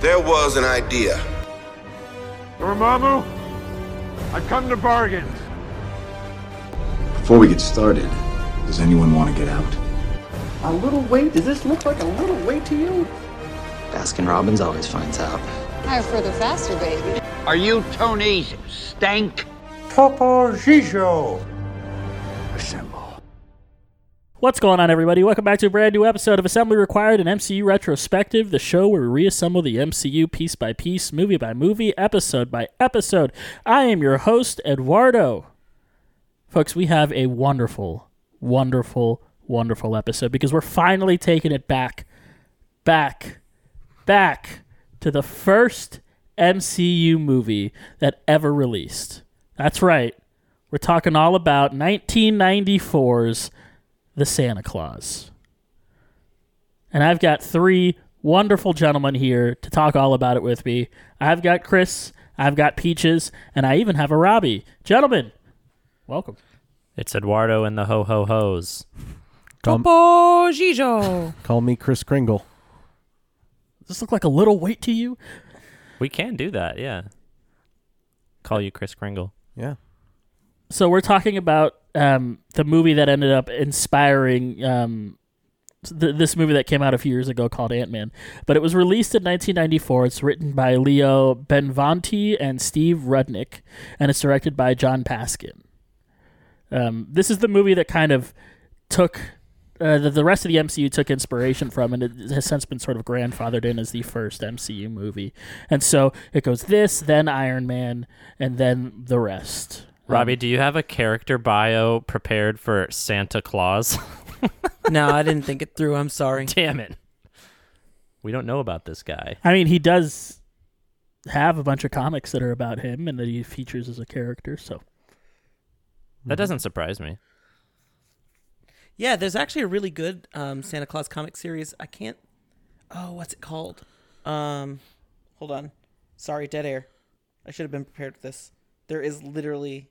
There was an idea. Dormammu, I come to bargain. Before we get started, does anyone want to get out? A little weight? Does this look like a little weight to you? Baskin Robbins always finds out. Higher, further, faster, baby. Are you Tony's stank? Popo Gijo. Assemble. What's going on, everybody? Welcome back to a brand new episode of Assembly Required, an MCU retrospective, the show where we reassemble the MCU piece by piece, movie by movie, episode by episode. I am your host, Eduardo. Folks, we have a wonderful, wonderful, wonderful episode because we're finally taking it back, back, back to the first MCU movie that ever released. That's right. We're talking all about 1994's The Santa Claus. And I've got three wonderful gentlemen here to talk all about it with me. I've got Chris, I've got Peaches, and I even have a Robbie. Gentlemen, welcome. It's Eduardo and the Ho Ho Ho's. Topo Gijo. Call me Chris Kringle. Does this look like a little weight to you? We can do that, yeah. Call you Chris Kringle. Yeah. So we're talking about um, the movie that ended up inspiring um, th- this movie that came out a few years ago called Ant Man, but it was released in 1994. It's written by Leo Benvanti and Steve Rudnick, and it's directed by John Paskin. Um, this is the movie that kind of took uh, the, the rest of the MCU took inspiration from, and it has since been sort of grandfathered in as the first MCU movie. And so it goes this, then Iron Man, and then the rest. Robbie, um, do you have a character bio prepared for Santa Claus? no, I didn't think it through. I'm sorry. Damn it. We don't know about this guy. I mean, he does have a bunch of comics that are about him and that he features as a character, so. Mm-hmm. That doesn't surprise me. Yeah, there's actually a really good um, Santa Claus comic series. I can't. Oh, what's it called? Um, hold on. Sorry, dead air. I should have been prepared for this. There is literally.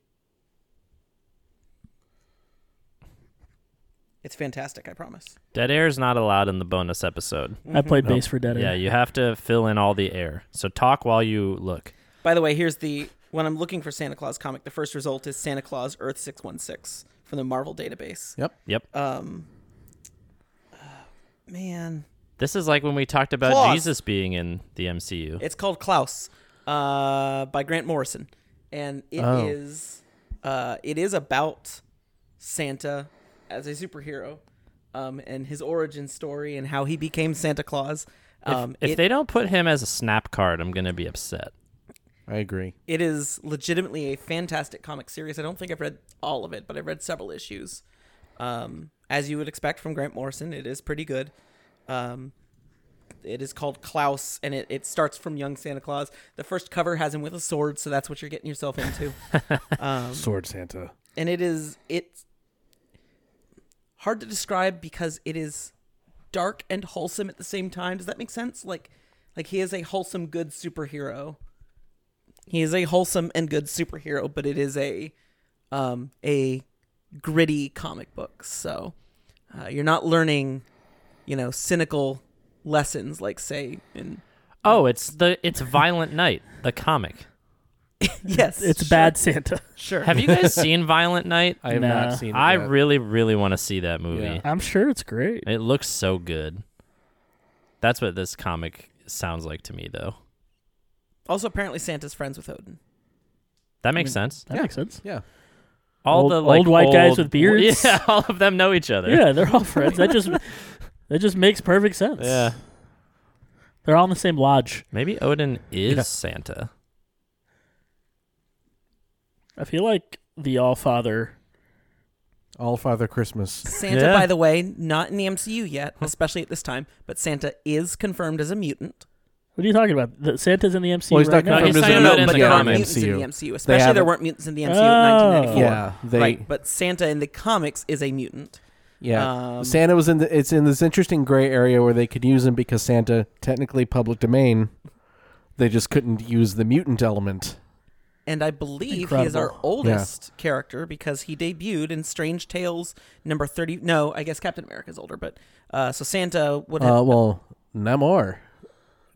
It's fantastic. I promise. Dead air is not allowed in the bonus episode. Mm-hmm. I played nope. bass for dead air. Yeah, you have to fill in all the air. So talk while you look. By the way, here's the when I'm looking for Santa Claus comic. The first result is Santa Claus Earth six one six from the Marvel database. Yep. Yep. Um, uh, man. This is like when we talked about Klaus. Jesus being in the MCU. It's called Klaus, uh, by Grant Morrison, and it oh. is, uh, it is about Santa as a superhero, um, and his origin story and how he became Santa Claus. Um, if, if it, they don't put him as a snap card, I'm gonna be upset. I agree. It is legitimately a fantastic comic series. I don't think I've read all of it, but I've read several issues. Um, as you would expect from Grant Morrison, it is pretty good. Um, it is called Klaus, and it, it starts from young Santa Claus. The first cover has him with a sword, so that's what you're getting yourself into. Um, sword Santa. And it is it's hard to describe because it is dark and wholesome at the same time. Does that make sense? Like, like he is a wholesome, good superhero he is a wholesome and good superhero, but it is a um, a gritty comic book. So uh, you're not learning, you know, cynical lessons like say in Oh, it's the it's Violent Night, the comic. yes. It's sure. Bad Santa. Sure. Have you guys seen Violent Night? I have nah. not seen it. I yet. really really want to see that movie. Yeah. I'm sure it's great. It looks so good. That's what this comic sounds like to me though. Also, apparently Santa's friends with Odin. That makes I mean, sense. That yeah. makes sense. Yeah. All old, the like, old white old, guys with beards. Yeah, all of them know each other. Yeah, they're all friends. that just that just makes perfect sense. Yeah. They're all in the same lodge. Maybe Odin is yeah. Santa. I feel like the All Father. All Father Christmas. Santa, yeah. by the way, not in the MCU yet, especially at this time, but Santa is confirmed as a mutant. What are you talking about? The, Santa's in the MCU. Well, he's right not now. confirmed no, as a mutant, but there aren't mutants in the MCU. Especially there weren't mutants in the MCU oh, in 1994. Yeah, they, right. But Santa in the comics is a mutant. Yeah, um, Santa was in the. It's in this interesting gray area where they could use him because Santa technically public domain. They just couldn't use the mutant element. And I believe Incredible. he is our oldest yeah. character because he debuted in Strange Tales number thirty. uh, No, I guess Captain America's older, but uh, so Santa would. Have, uh, well, Namor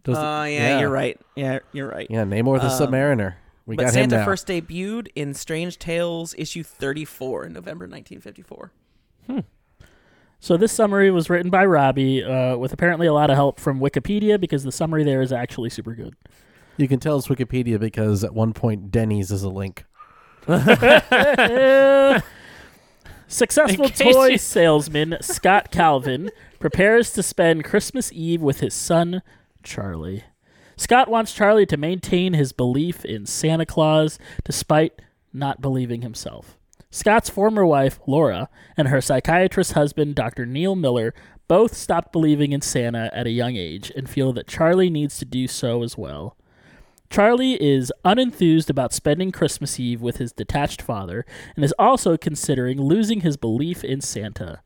Does it- Oh yeah, you're right. Yeah, you're right. Yeah, Namor the Submariner. We but got Santa him now. first debuted in Strange Tales issue 34 in November 1954. So this summary was written by Robbie uh, with apparently a lot of help from Wikipedia because the summary there is actually super good. You can tell it's Wikipedia because at one point Denny's is a link. Successful In case toy you- salesman Scott Calvin prepares to spend Christmas Eve with his son, Charlie. Scott wants Charlie to maintain his belief in Santa Claus despite not believing himself. Scott's former wife, Laura, and her psychiatrist husband, Dr. Neil Miller, both stopped believing in Santa at a young age and feel that Charlie needs to do so as well. Charlie is unenthused about spending Christmas Eve with his detached father and is also considering losing his belief in Santa.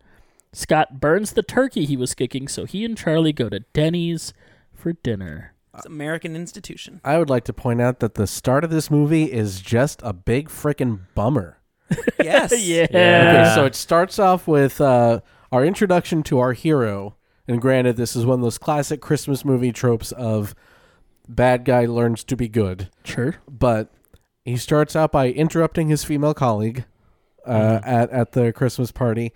Scott burns the turkey he was cooking, so he and Charlie go to Denny's for dinner. It's an American institution. I would like to point out that the start of this movie is just a big freaking bummer. Yes. Yeah. Okay, so it starts off with uh, our introduction to our hero. And granted, this is one of those classic Christmas movie tropes of bad guy learns to be good. Sure. But he starts out by interrupting his female colleague uh, at, at the Christmas party,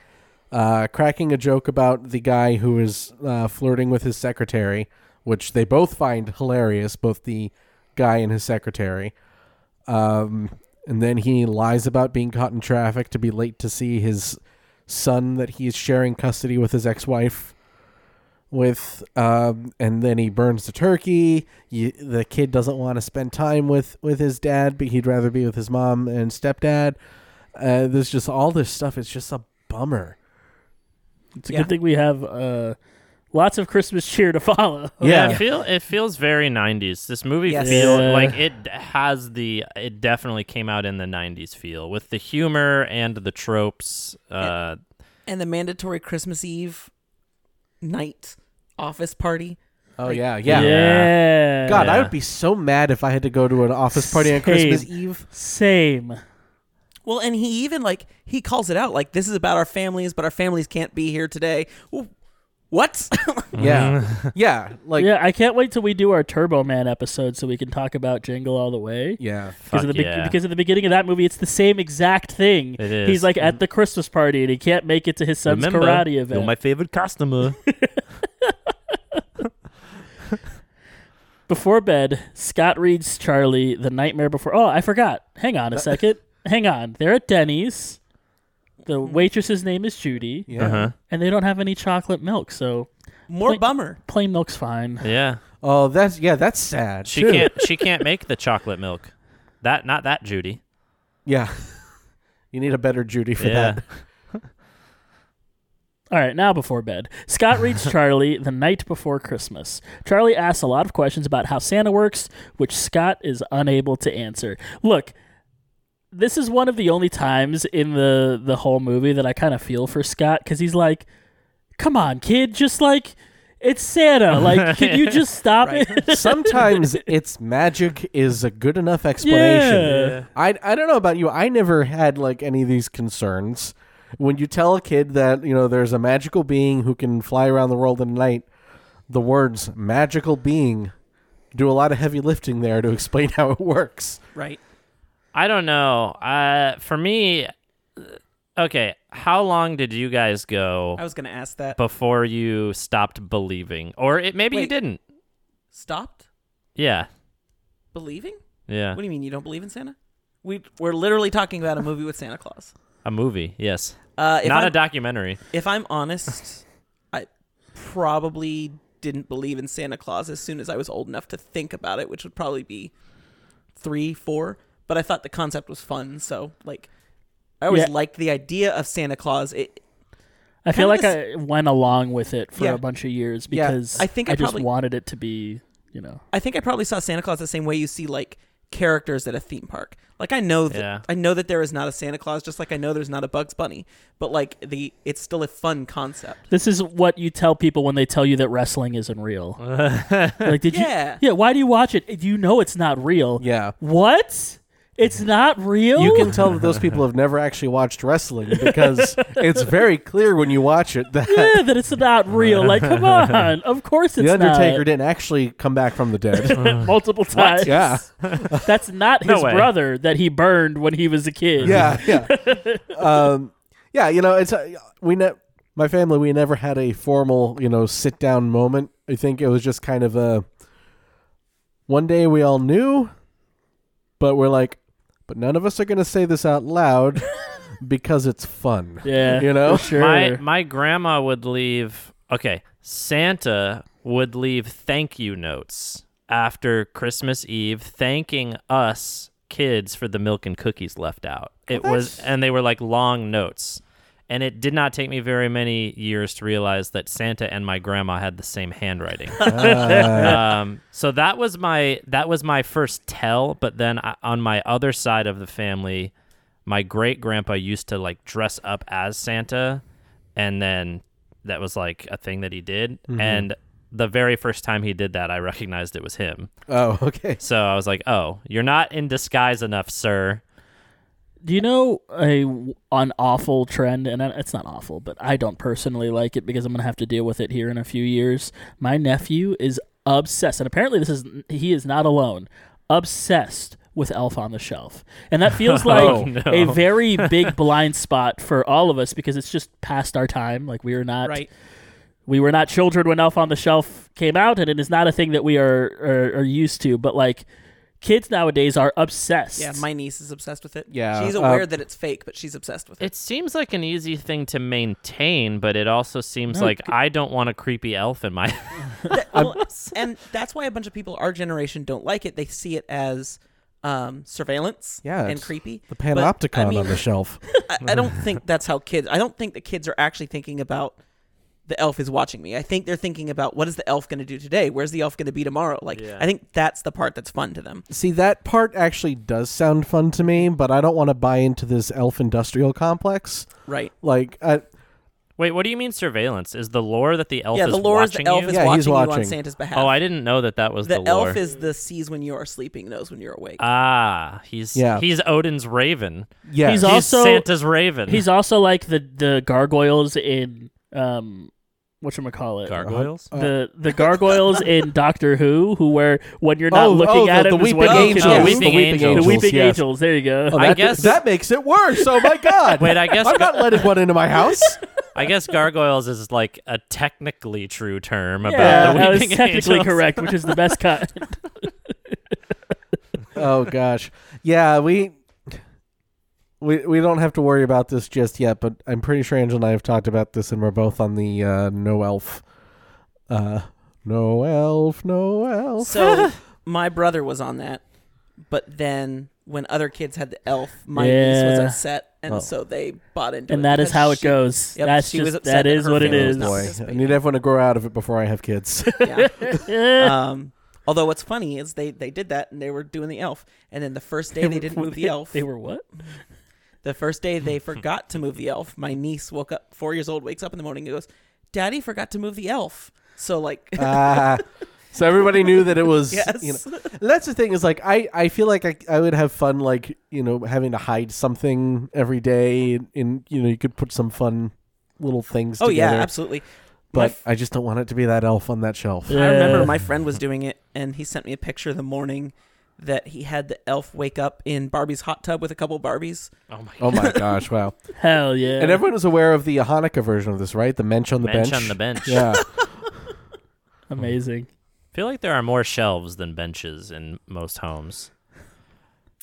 uh, cracking a joke about the guy who is uh, flirting with his secretary, which they both find hilarious, both the guy and his secretary. Um, and then he lies about being caught in traffic to be late to see his son that he is sharing custody with his ex-wife with um, and then he burns the turkey you, the kid doesn't want to spend time with with his dad but he'd rather be with his mom and stepdad uh, there's just all this stuff it's just a bummer It's a good thing we have uh, lots of Christmas cheer to follow. it feel it feels very 90s. This movie Yes. feel Yeah. like it has the it definitely came out in the 90s feel with the humor and the tropes. Uh, And the mandatory Christmas Eve night office party. oh yeah yeah, Yeah. god i Yeah. would be so mad if i had to go to an office party on Same. christmas eve Same. Well, and he even like he calls it out like this is about our families, but our families can't be here today. Wh- What? Mm-hmm. yeah yeah like yeah, I can't wait till we do our Turbo Man episode so we can talk about Jingle All the Way. yeah. Because of, Fuck the be- yeah. because of the beginning of that movie, it's the same exact thing. It is. Mm. He's like at the Christmas party and he can't make it to his son's remember, karate event. you're my favorite customer. Before bed, Scott reads Charlie The Nightmare Before. Oh, I forgot. Hang on a second. Hang on. They're at Denny's. The waitress's name is Judy, yeah Uh-huh. and they don't have any chocolate milk, so More Wait. bummer. plain milk's fine. yeah. oh that's yeah that's sad She too. can't she can't make the chocolate milk. That not that Judy. yeah you need a better judy for Yeah. that All right, now before bed. Scott reads Charlie The Night Before Christmas. Charlie asks a lot of questions about how Santa works, which Scott is unable to answer. Look, this is one of the only times in the the whole movie that I kind of feel for Scott cuz he's like, "Come on, kid, just like it's Santa. Like, can you just stop it?" sometimes it's magic is a good enough explanation. Yeah. I I don't know about you. I never had like any of these concerns. When you tell a kid that, you know, there's a magical being who can fly around the world at night, the words magical being do a lot of heavy lifting there to explain how it works. Right. I don't know. Uh, for me, okay. How long did you guys go I was gonna ask that. before you stopped believing, or it, maybe you Wait. didn't? Stopped Yeah, believing? yeah. What do you mean you don't believe in Santa? We we're literally talking about a movie with Santa Claus. A movie, yes. Uh, if Not I'm, a documentary. if I'm honest, I probably didn't believe in Santa Claus as soon as I was old enough to think about it, which would probably be three, four. But I thought the concept was fun, so like I always Yeah. liked the idea of Santa Claus. It, I kinda feel like this- I went along with it for Yeah. a bunch of years Yeah, because I think I just probably- wanted it to be, you know. I think I probably saw Santa Claus the same way you see like characters at a theme park. Like I know that Yeah. I know that there is not a Santa Claus, just like I know there's not a Bugs Bunny. But like the it's still a fun concept. This is what you tell people when they tell you that wrestling isn't real. like, did Yeah. you? Yeah. Why do you watch it? You know it's not real. Yeah. What? It's not real. You can tell that those people have never actually watched wrestling because it's very clear when you watch it that yeah, that it's not real. Like, come on. Of course it's the Undertaker not. didn't actually come back from the dead. multiple times. yeah, That's not No his way. brother that he burned when he was a kid. yeah, yeah, um, yeah. You know, it's uh, we ne- my family we never had a formal you know sit down moment. I think it was just kind of a one day we all knew, but we're like, but none of us are gonna say this out loud because it's fun. Yeah, you know, for sure. My my grandma would leave. Okay, Santa would leave thank you notes after Christmas Eve, thanking us kids for the milk and cookies left out. Oh, It was, and they were like long notes. And it did not take me very many years to realize that Santa and my grandma had the same handwriting. Ah. um, so that was my that was my first tell. But then I, on my other side of the family, my great grandpa used to like dress up as Santa, and then that was like a thing that he did. Mm-hmm. And the very first time he did that, I recognized it was him. Oh, okay. So I was like, "Oh, you're not in disguise enough, sir." Do you know a an awful trend? And I- it's not awful, but I don't personally like it because I'm gonna have to deal with it here in a few years. My nephew is obsessed, and apparently this is he is not alone. Obsessed with Elf on the Shelf, and that feels like Oh, no. a very big blind spot for all of us because it's just past our time. Like we are not Right. we were not children when Elf on the Shelf came out, and it is not a thing that we are are, are used to. But like kids nowadays are obsessed. Yeah, my niece is obsessed with it. Yeah, She's uh, aware that it's fake, but she's obsessed with it. It seems like an easy thing to maintain, but it also seems No, like I don't want a creepy elf in my house. and that's why a bunch of people our generation don't like it. They see it as um, surveillance Yeah, and it's creepy. The But, panopticon I mean, on the shelf. I, I don't think that's how kids. I don't think the kids are actually thinking about the elf is watching me. I think they're thinking about what is the elf going to do today? Where's the elf going to be tomorrow? Like, I think that's the part that's fun to them. See, that part actually does sound fun to me, but I don't want to buy into this elf industrial complex. Right. Like, I, Wait, what do you mean surveillance? Is the lore that the elf yeah, is the lore is watching the elf you? is Yeah, watching, he's you on watching. Santa's behalf. Oh, I didn't know that that was the, the elf lore. is the sees when you are sleeping, knows when you're awake. Uh, ah, he's Yeah. he's Odin's raven. yeah, He's He's also Santa's raven. he's also like the the gargoyles in um what call it gargoyles. Uh, the the gargoyles in Doctor Who who where when you're not Oh, oh, looking at the, him the is weeping when you can- angels, Oh, the Weeping weeping, Angels. the weeping yes. angels there you go Oh, that, I guess- that makes it worse. Oh my god! Wait, I guess I'm not letting one into my house. I guess gargoyles is like a technically true term about yeah the that was weeping technically angels. correct which is the best cut oh gosh, yeah, we. We, we don't have to worry about this just yet, but I'm pretty sure Angel and I have talked about this, and we're both on the uh, no elf, uh, no elf, no elf. So my brother was on that, but then when other kids had the elf, my niece was Yeah. upset, and Oh. so they bought into it. and that is because how it she- goes Yep, that's she was just upset that is her what it family is was not boy, I participating. need everyone to grow out of it before I have kids. Yeah. um, although what's funny is they they did that and they were doing the elf, and then the first day they, didn't move the elf. they were what the first day they forgot to move the elf. My niece woke up, four years old, wakes up in the morning and goes, "Daddy forgot to move the elf." So like, Ah, so everybody knew that it was. Yes. Oh, You know, that's the thing is like I, I feel like I, I would have fun like you know having to hide something every day and, and, you know you could put some fun little things. oh yeah, together, absolutely. My But I just don't want it to be that elf on that shelf. I Yeah. remember my friend was doing it, and he sent me a picture the morning that he had the elf wake up in Barbie's hot tub with a couple Barbies. Oh my Oh my gosh! Wow. hell yeah And everyone was aware of the Hanukkah version of this, right? The mensch on the bench, bench. on the bench. Yeah. amazing I feel like there are more shelves than benches in most homes.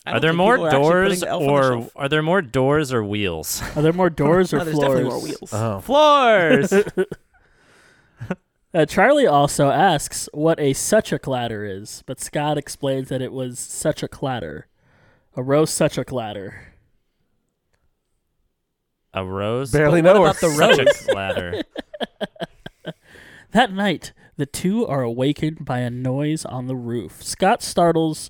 I Are don't there think more people are actually putting doors the elf on the or shelf. are there more doors or wheels? are there more doors or No, there's floors definitely more wheels. oh. Floors. Uh, Charlie also asks what a such a clatter is, but Scott explains that it was such a clatter. A rose such a clatter. a rose. Barely But know what her. about the Such a rose? clatter. That night, the two are awakened by a noise on the roof. Scott startles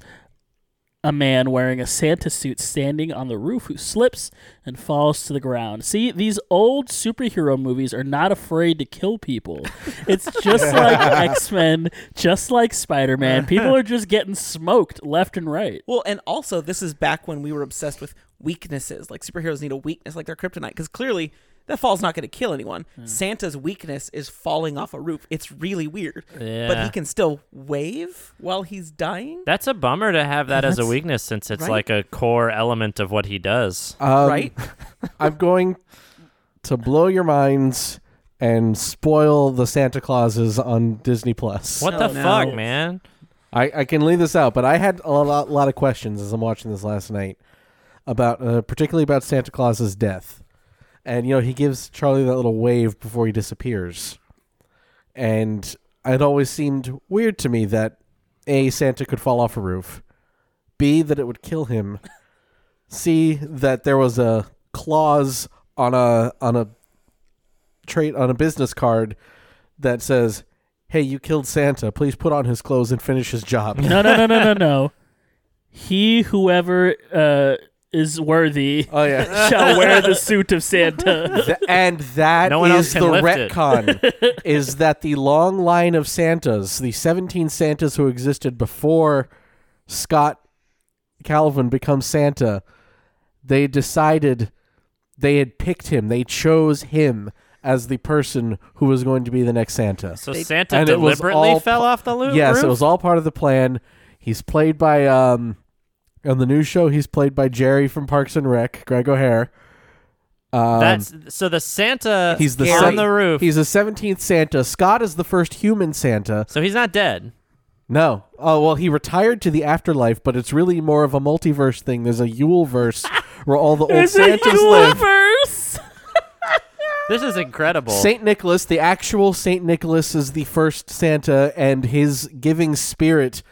a man wearing a Santa suit standing on the roof who slips and falls to the ground. See, these old superhero movies are not afraid to kill people. It's just like X Men, just like Spider Man. People are just getting smoked left and right. Well, and also this is back when we were obsessed with weaknesses. Like superheroes need a weakness, like their kryptonite, because clearly that fall's not going to kill anyone. Santa's weakness is falling off a roof. It's really weird, but Yeah. he can still wave while he's dying. That's a bummer to have that as a weakness since it's Right? like a core element of what he does. Um, right? I'm going to blow your minds and spoil the Santa Clauses on Disney Plus. What Oh, the no. fuck, man? I, I can leave this out, but I had a lot, lot of questions as I'm watching this last night about, uh, particularly about Santa Claus's death. And you know, he gives Charlie that little wave before he disappears, and it always seemed weird to me that a Santa could fall off a roof, b that it would kill him, c that there was a clause on a on a trade on a business card that says. Hey, you killed Santa. Please put on his clothes and finish his job. No, no, no, no, no, no. He, whoever uh, is worthy, Oh yeah. shall wear the suit of Santa. Th- and that is No one else can the lift it. retcon is that the long line of santas the 17 santas who existed before scott calvin becomes santa they decided they had picked him they chose him as the person who was going to be the next santa So Santa and it was deliberately all fell pl- off the loo- roof? yes it was all part of the plan he's played by um on the new show he's played by jerry from parks and rec greg o'hare um, That's so the Santa He's the on sev- the roof. He's the seventeenth Santa. Scott is the first human Santa. so he's not dead. No. Oh well, he retired to the afterlife, but it's really more of a multiverse thing. There's a Yule verse where all the old Santas live. universe. This is incredible. Saint Nicholas, the actual Saint Nicholas, is the first Santa, and his giving spirit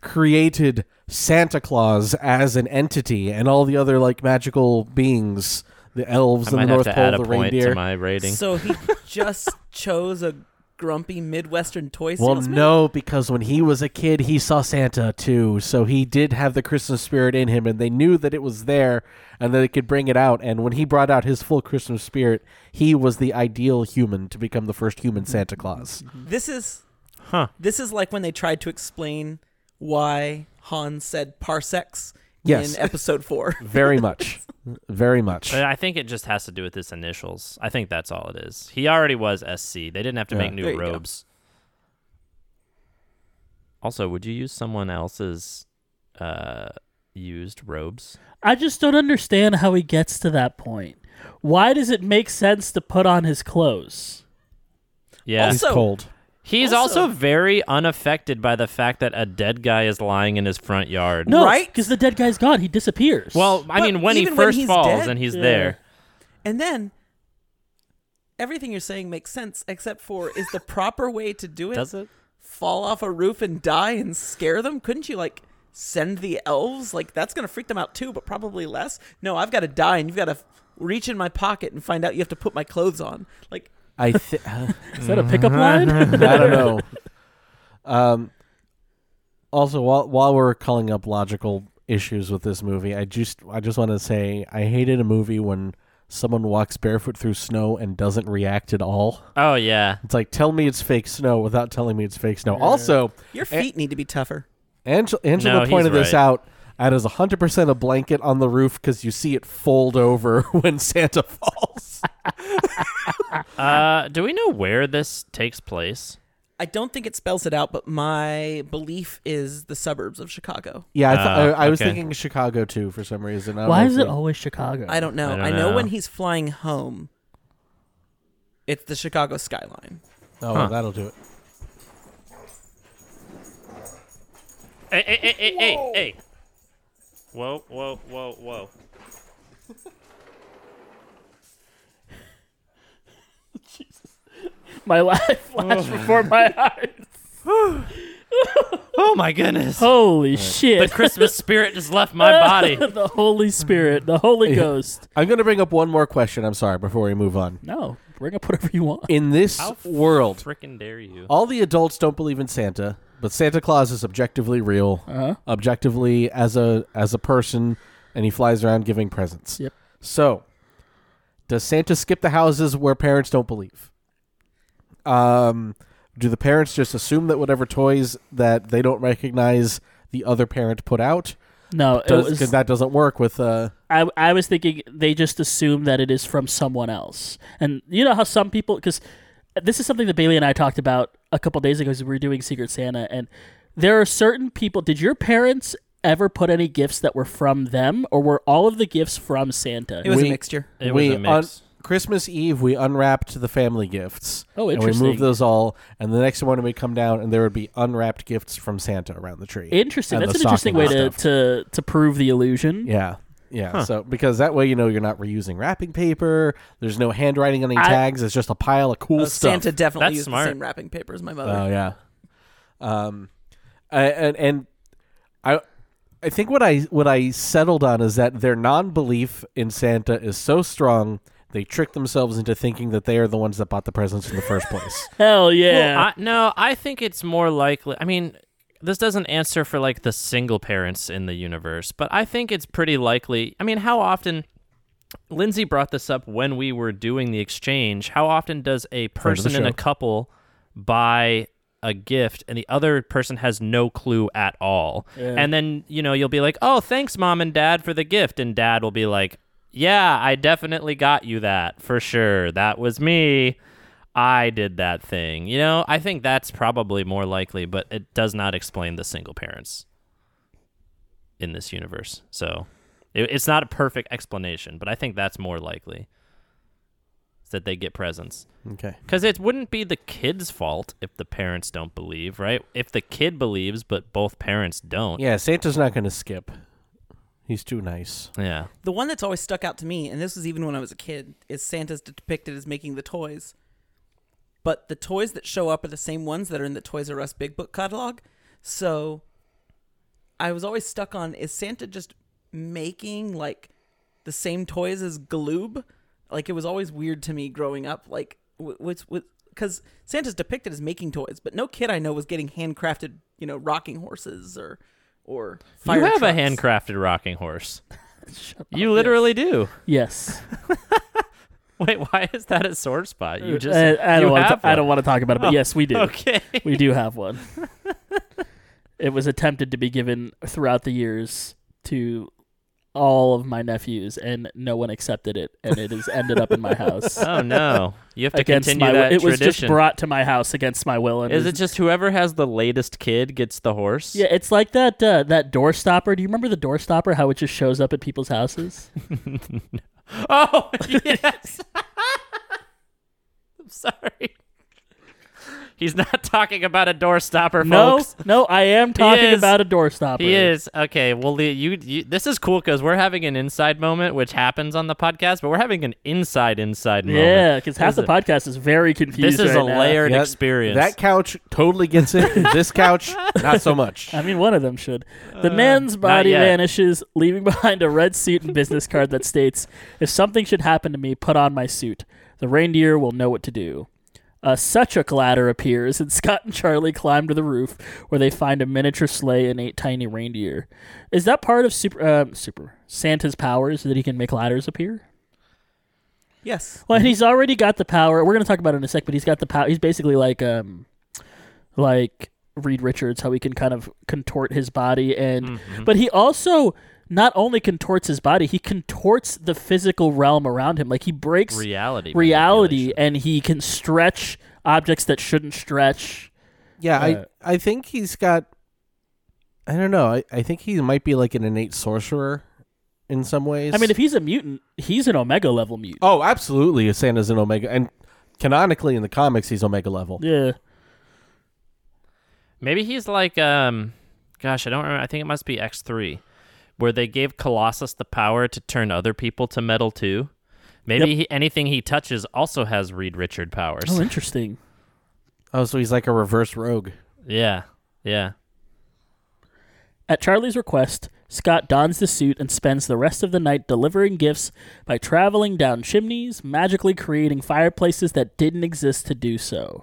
created Santa Claus as an entity, and all the other like magical beings, the elves I and the might have North to add Pole, a the point to reindeer. my rating. So he just chose a grumpy Midwestern toy Well, salesman. no, because when he was a kid, he saw Santa too, so he did have the Christmas spirit in him, and they knew that it was there and that it could bring it out. And when he brought out his full Christmas spirit, he was the ideal human to become the first human Santa Claus. This is Huh. This is like when they tried to explain why Han said parsecs Yes. in episode four. Very much, very much. But I think it just has to do with his initials. I think that's all it is. He already was SC. They didn't have to Yeah. make There new you go. robes. Also, would you use someone else's uh, used robes? I just don't understand how he gets to that point. Why does it make sense to put on his clothes? Yeah. He's Also- cold. He's also, also- very unaffected by the fact that a dead guy is lying in his front yard. No, Right? Because the dead guy's gone. He disappears. Well, I But mean, when he even when first he's falls dead- and he's Yeah. there. And then everything you're saying makes sense, except for is the proper way to do it? Does it? Fall off a roof and die and scare them? Couldn't you like send the elves? Like that's gonna freak them out too, but probably less. No, I've got to die, and you've got to reach in my pocket and find out you have to put my clothes on. Like I th- is that a pickup line? I don't know. Um, also, while while we're calling up logical issues with this movie, I just I just want to say I hated a movie when someone walks barefoot through snow and doesn't react at all. Oh, yeah. It's like tell me it's fake snow without telling me it's fake snow. Also, your Eh. feet need to be tougher. Angel- Angela he's pointed this right. out. That is 100% a blanket on the roof because you see it fold over when Santa falls. Uh, do we know where this takes place? I don't think it spells it out, but my belief is the suburbs of Chicago. yeah, I, th- Uh, I, I was okay. thinking Chicago too for some reason. I don't Why know is if it we- always Chicago? I don't know. I I, don't know. know. when he's flying home, it's the Chicago skyline. Oh, that'll do it. Hey, hey, hey, hey, hey, hey. Whoa, whoa, whoa, whoa. My life flashed before my eyes. Oh, my goodness. Holy The shit! Christmas spirit just left my body. the Holy Spirit, the Holy Ghost. I'm going to bring up one more question. I'm sorry before we move on. No, bring up whatever you want. In this How world, Freaking dare you. all the adults don't believe in Santa. But Santa Claus is objectively real, Uh-huh. objectively as a as a person, and he flies around giving presents. Yep. So, does Santa skip the houses where parents don't believe? Um, do the parents just assume that whatever toys that they don't recognize the other parent put out? No, it Because was, that doesn't work with uh, I, I was thinking they just assume that it is from someone else. And you know how some people, because this is something that Bailey and I talked about a couple days ago as we were doing Secret Santa, and there are certain people. Did your parents ever put any gifts that were from them, or were all of the gifts from Santa? It was We- a mixture. It we was a mix. un- Christmas Eve, we unwrapped the family gifts. Oh, And we interesting. moved those all, and the next morning we come down, and there would be unwrapped gifts from Santa around the tree. Interesting. And That's the an interesting way stocking to, and stuff. to to prove the illusion. Yeah, yeah. So because that way you know you're not reusing wrapping paper. There's no handwriting on any I- tags. It's just a pile of cool Uh, stuff. Santa definitely That's used smart. the same wrapping paper as my mother. Oh yeah. Um, I, and and I I think what I what I settled on is that their non-belief in Santa is so strong they trick themselves into thinking that they are the ones that bought the presents in the first place. Hell yeah. Well, I, no, I think it's more likely. I mean, this doesn't answer for like the single parents in the universe, but I think it's pretty likely. I mean, how often? Lindsay brought this up when we were doing the exchange. How often does a of the person in a show. couple buy a gift and the other person has no clue at all? And then, you know, you'll be like, oh, thanks, mom and dad, for the gift. And dad will be like, yeah, I definitely got you that for sure. That was me. I did that thing. You know, I think that's probably more likely, but it does not explain the single parents in this universe. So it, it's not a perfect explanation, but I think that's more likely is that they get presents. Okay. Because it wouldn't be the kid's fault if the parents don't believe, right? If the kid believes, but both parents don't. Yeah, Santa's not going to skip. He's too nice. Yeah. The one that's always stuck out to me, and this was even when I was a kid, is Santa's depicted as making the toys. But the toys that show up are the same ones that are in the Toys R Us Big Book catalog. So I was always stuck on is Santa just making like the same toys as Galoob? Like it was always weird to me growing up. Like, wh- what's with. Because Santa's depicted as making toys, but no kid I know was getting handcrafted, you know, rocking horses or or fire you have trucks. a handcrafted rocking horse. you literally do. yes. Wait, why is that a sore spot? You just I, Uh, I you don't want have to, I don't one. Oh, want to talk about it, but yes, we do. Okay. We do have one. it was attempted to be given throughout the years to all of my nephews, and no one accepted it, and it has ended up in my house. Oh no. You have to Against continue my, that it was just tradition. brought to my house against my will. And Is it just whoever has the latest kid gets the horse? Yeah, it's like that uh, that door stopper. Do you remember the door stopper? How it just shows up at people's houses? Oh, yes. I'm sorry. He's not talking about a doorstopper, no, folks. no, I am talking is. about a door stopper. He is okay. Well, Leah, you, you this is cool because we're having an inside moment, which happens on the podcast, but we're having an inside inside moment. Yeah, because half Is the it- podcast is very confused. This is right a now. layered Yeah, experience. That couch totally gets it. this couch, not so much. I mean, one of them should. The man's body Uh, yet. vanishes, leaving behind a red suit and business card that states, "If something should happen to me, put on my suit. The reindeer will know what to do." Uh, A Suchuk ladder appears, and Scott and Charlie climb to the roof, where they find a miniature sleigh and eight tiny reindeer. Is that part of Super uh, Super Santa's powers that he can make ladders appear? Yes. Well, and he's already got the power. We're gonna talk about it in a sec, but he's got the power. He's basically like um, like Reed Richards, how he can kind of contort his body, and but he also not only contorts his body, he contorts the physical realm around him. Like he breaks reality. reality, manipulation. and he can stretch objects that shouldn't stretch. Yeah, Uh, I I think he's got. I don't know. I, I think he might be like an innate sorcerer, in some ways. I mean, if he's a mutant, he's an Omega level mutant. oh, absolutely, Santa's an Omega, and canonically in the comics, he's Omega level. Yeah, Maybe he's like um gosh, I don't remember. I think it must be X3 where they gave Colossus the power to turn other people to metal too. Maybe he, anything he touches also has Reed Richard powers. oh, interesting. Oh, so he's like a reverse rogue. yeah. Yeah. At Charlie's request, Scott dons the suit and spends the rest of the night delivering gifts by traveling down chimneys, magically creating fireplaces that didn't exist to do so.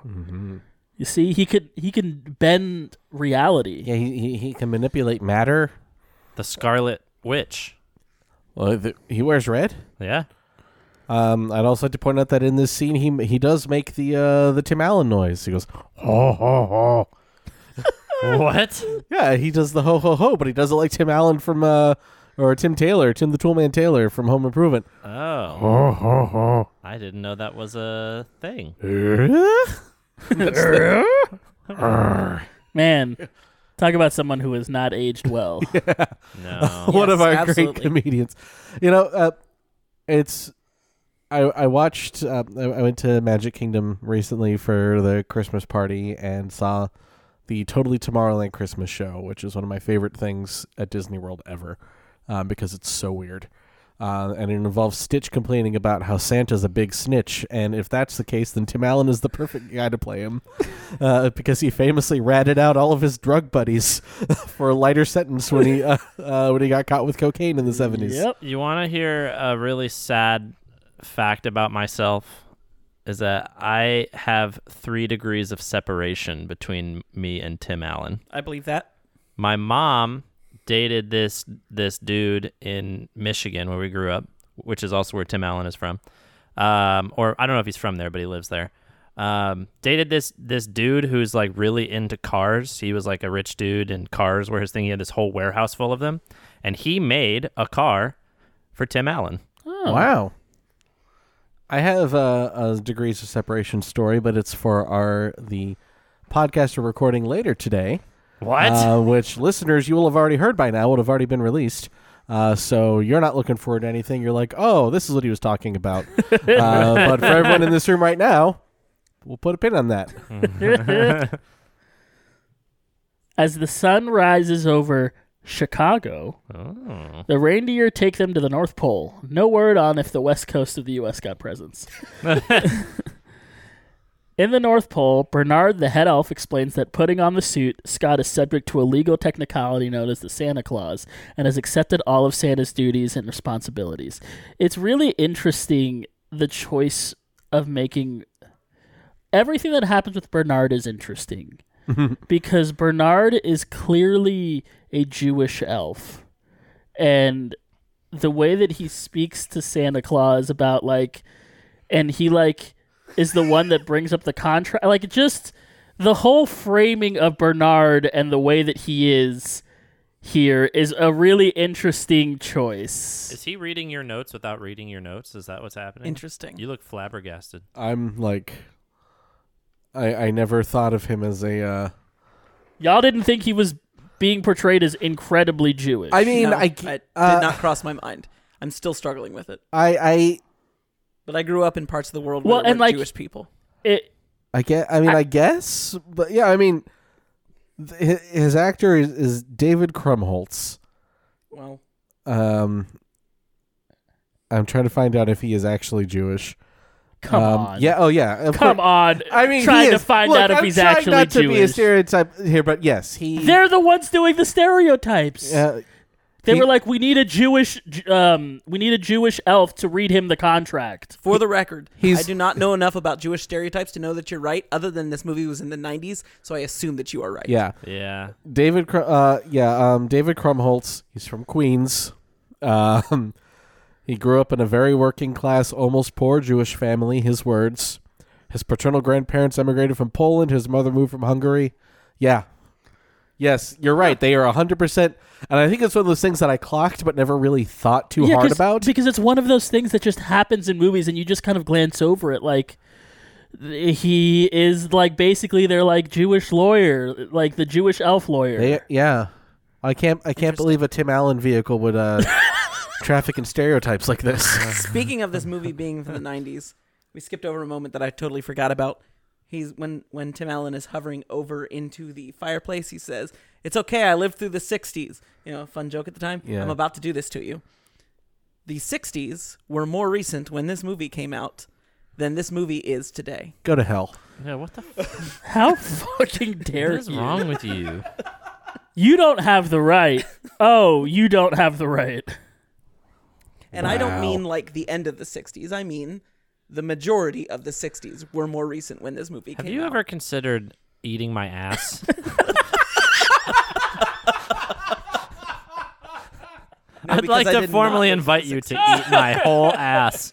You see, he could he can bend reality. Yeah, he, he, he can manipulate matter. The Scarlet Witch. Well, the, he wears red. Yeah. Um, I'd also like to point out that in this scene, he he does make the uh, the Tim Allen noise. He goes, ho ho ho. what? Yeah, he does the ho ho ho, but he does it like Tim Allen from uh, or Tim Taylor, Tim the Toolman Taylor from Home Improvement. Oh, Ho ho ho. I didn't know that was a thing. Man, talk about someone who has not aged well. No. one of Yes, our absolutely. great comedians. You know, uh, it's I I watched uh, I, I went to Magic Kingdom recently for the Christmas party and saw the Totally Tomorrowland Christmas show, which is one of my favorite things at Disney World ever, um, because it's so weird. Uh, and it involves Stitch complaining about how Santa's a big snitch, and if that's the case, then Tim Allen is the perfect guy to play him, uh, because he famously ratted out all of his drug buddies for a lighter sentence when he uh, uh, when he got caught with cocaine in the seventies. yep. You want to hear a really sad fact about myself? Is that I have three degrees of separation between me and Tim Allen. I believe that. my mom dated this this dude in Michigan where we grew up, which is also where Tim Allen is from. Um, or I don't know if he's from there, but he lives there. Um, dated this this dude who's like really into cars. He was like a rich dude and cars were his thing. He had this whole warehouse full of them, and he made a car for Tim Allen. Wow. I have a, a degrees of separation story, but it's for our the podcast we're recording later today. What? Uh, which listeners you will have already heard by now would have already been released. Uh, so you're not looking forward to anything. You're like, oh, this is what he was talking about. uh, but for everyone in this room right now, we'll put a pin on that. As the sun rises over Chicago, the reindeer take them to the North Pole. No word on if the west coast of the U.S. got presents. In the North Pole, Bernard the head elf explains that putting on the suit, Scott is subject to a legal technicality known as the Santa Claus and has accepted all of Santa's duties and responsibilities. It's really interesting the choice of making everything that happens with Bernard is interesting because Bernard is clearly a Jewish elf. And the way that he speaks to Santa Claus about like and he like is the one that brings up the contract like just the whole framing of Bernard and the way that he is here is a really interesting choice. is he reading your notes without reading your notes? Is that what's happening? Interesting. You look flabbergasted. I'm like, I I never thought of him as a. Uh, Y'all didn't think he was being portrayed as incredibly Jewish. I mean, No, I, it did uh, not cross my mind. I'm still struggling with it. I I But I grew up in parts of the world Well, where there and, were like- Jewish people. it, I get. I mean, I, guess, but yeah, I mean, th- hi- his actor is, is David Krumholtz. Well, Um, I'm trying to find out if he is actually Jewish. come um, on. Yeah. Oh, yeah. of Come cour- on. I mean, trying he to is- find look, out if I'm he's trying actually not to be a Jewish. stereotype here, but yes, he. They're the ones doing the stereotypes. uh, they he- were like, "We need a Jewish, um, we need a Jewish elf to read him the contract." for the record, he's- I do not know enough about Jewish stereotypes to know that you're right, other than this movie was in the 90s, so I assume that you are right. yeah. Yeah. David, Cr- uh, yeah, um, David Krumholtz. He's from Queens. Um, he grew up in a very working class, almost poor Jewish family. His words. His paternal grandparents emigrated from Poland. His mother moved from Hungary. Yeah. Yes, you're right. They are 100%. And I think it's one of those things that I clocked but never really thought too hard 'cause- about. because it's one of those things that just happens in movies, and you just kind of glance over it. Like th- he is like basically they're like Jewish lawyer, like the Jewish elf lawyer. They, yeah. I can't I can't believe a Tim Allen vehicle would uh, traffic in stereotypes like this. Speaking of this movie being from the 90s, we skipped over a moment that I totally forgot about. He's when when Tim Allen is hovering over into the fireplace, he says, "It's okay, I lived through the 60s." You know, fun joke at the time. Yeah. I'm about to do this to you. The 60s were more recent when this movie came out than this movie is today. Go to hell. Yeah. What the f- How fucking dare is you? wrong with you? You don't have the right. Oh, you don't have the right. And I don't mean like the end of the 60s. I mean the majority of the 60s were more recent when this movie Have came you out. ever considered eating my ass. No, I'd because like I to did formally not- invite you to eat my whole ass.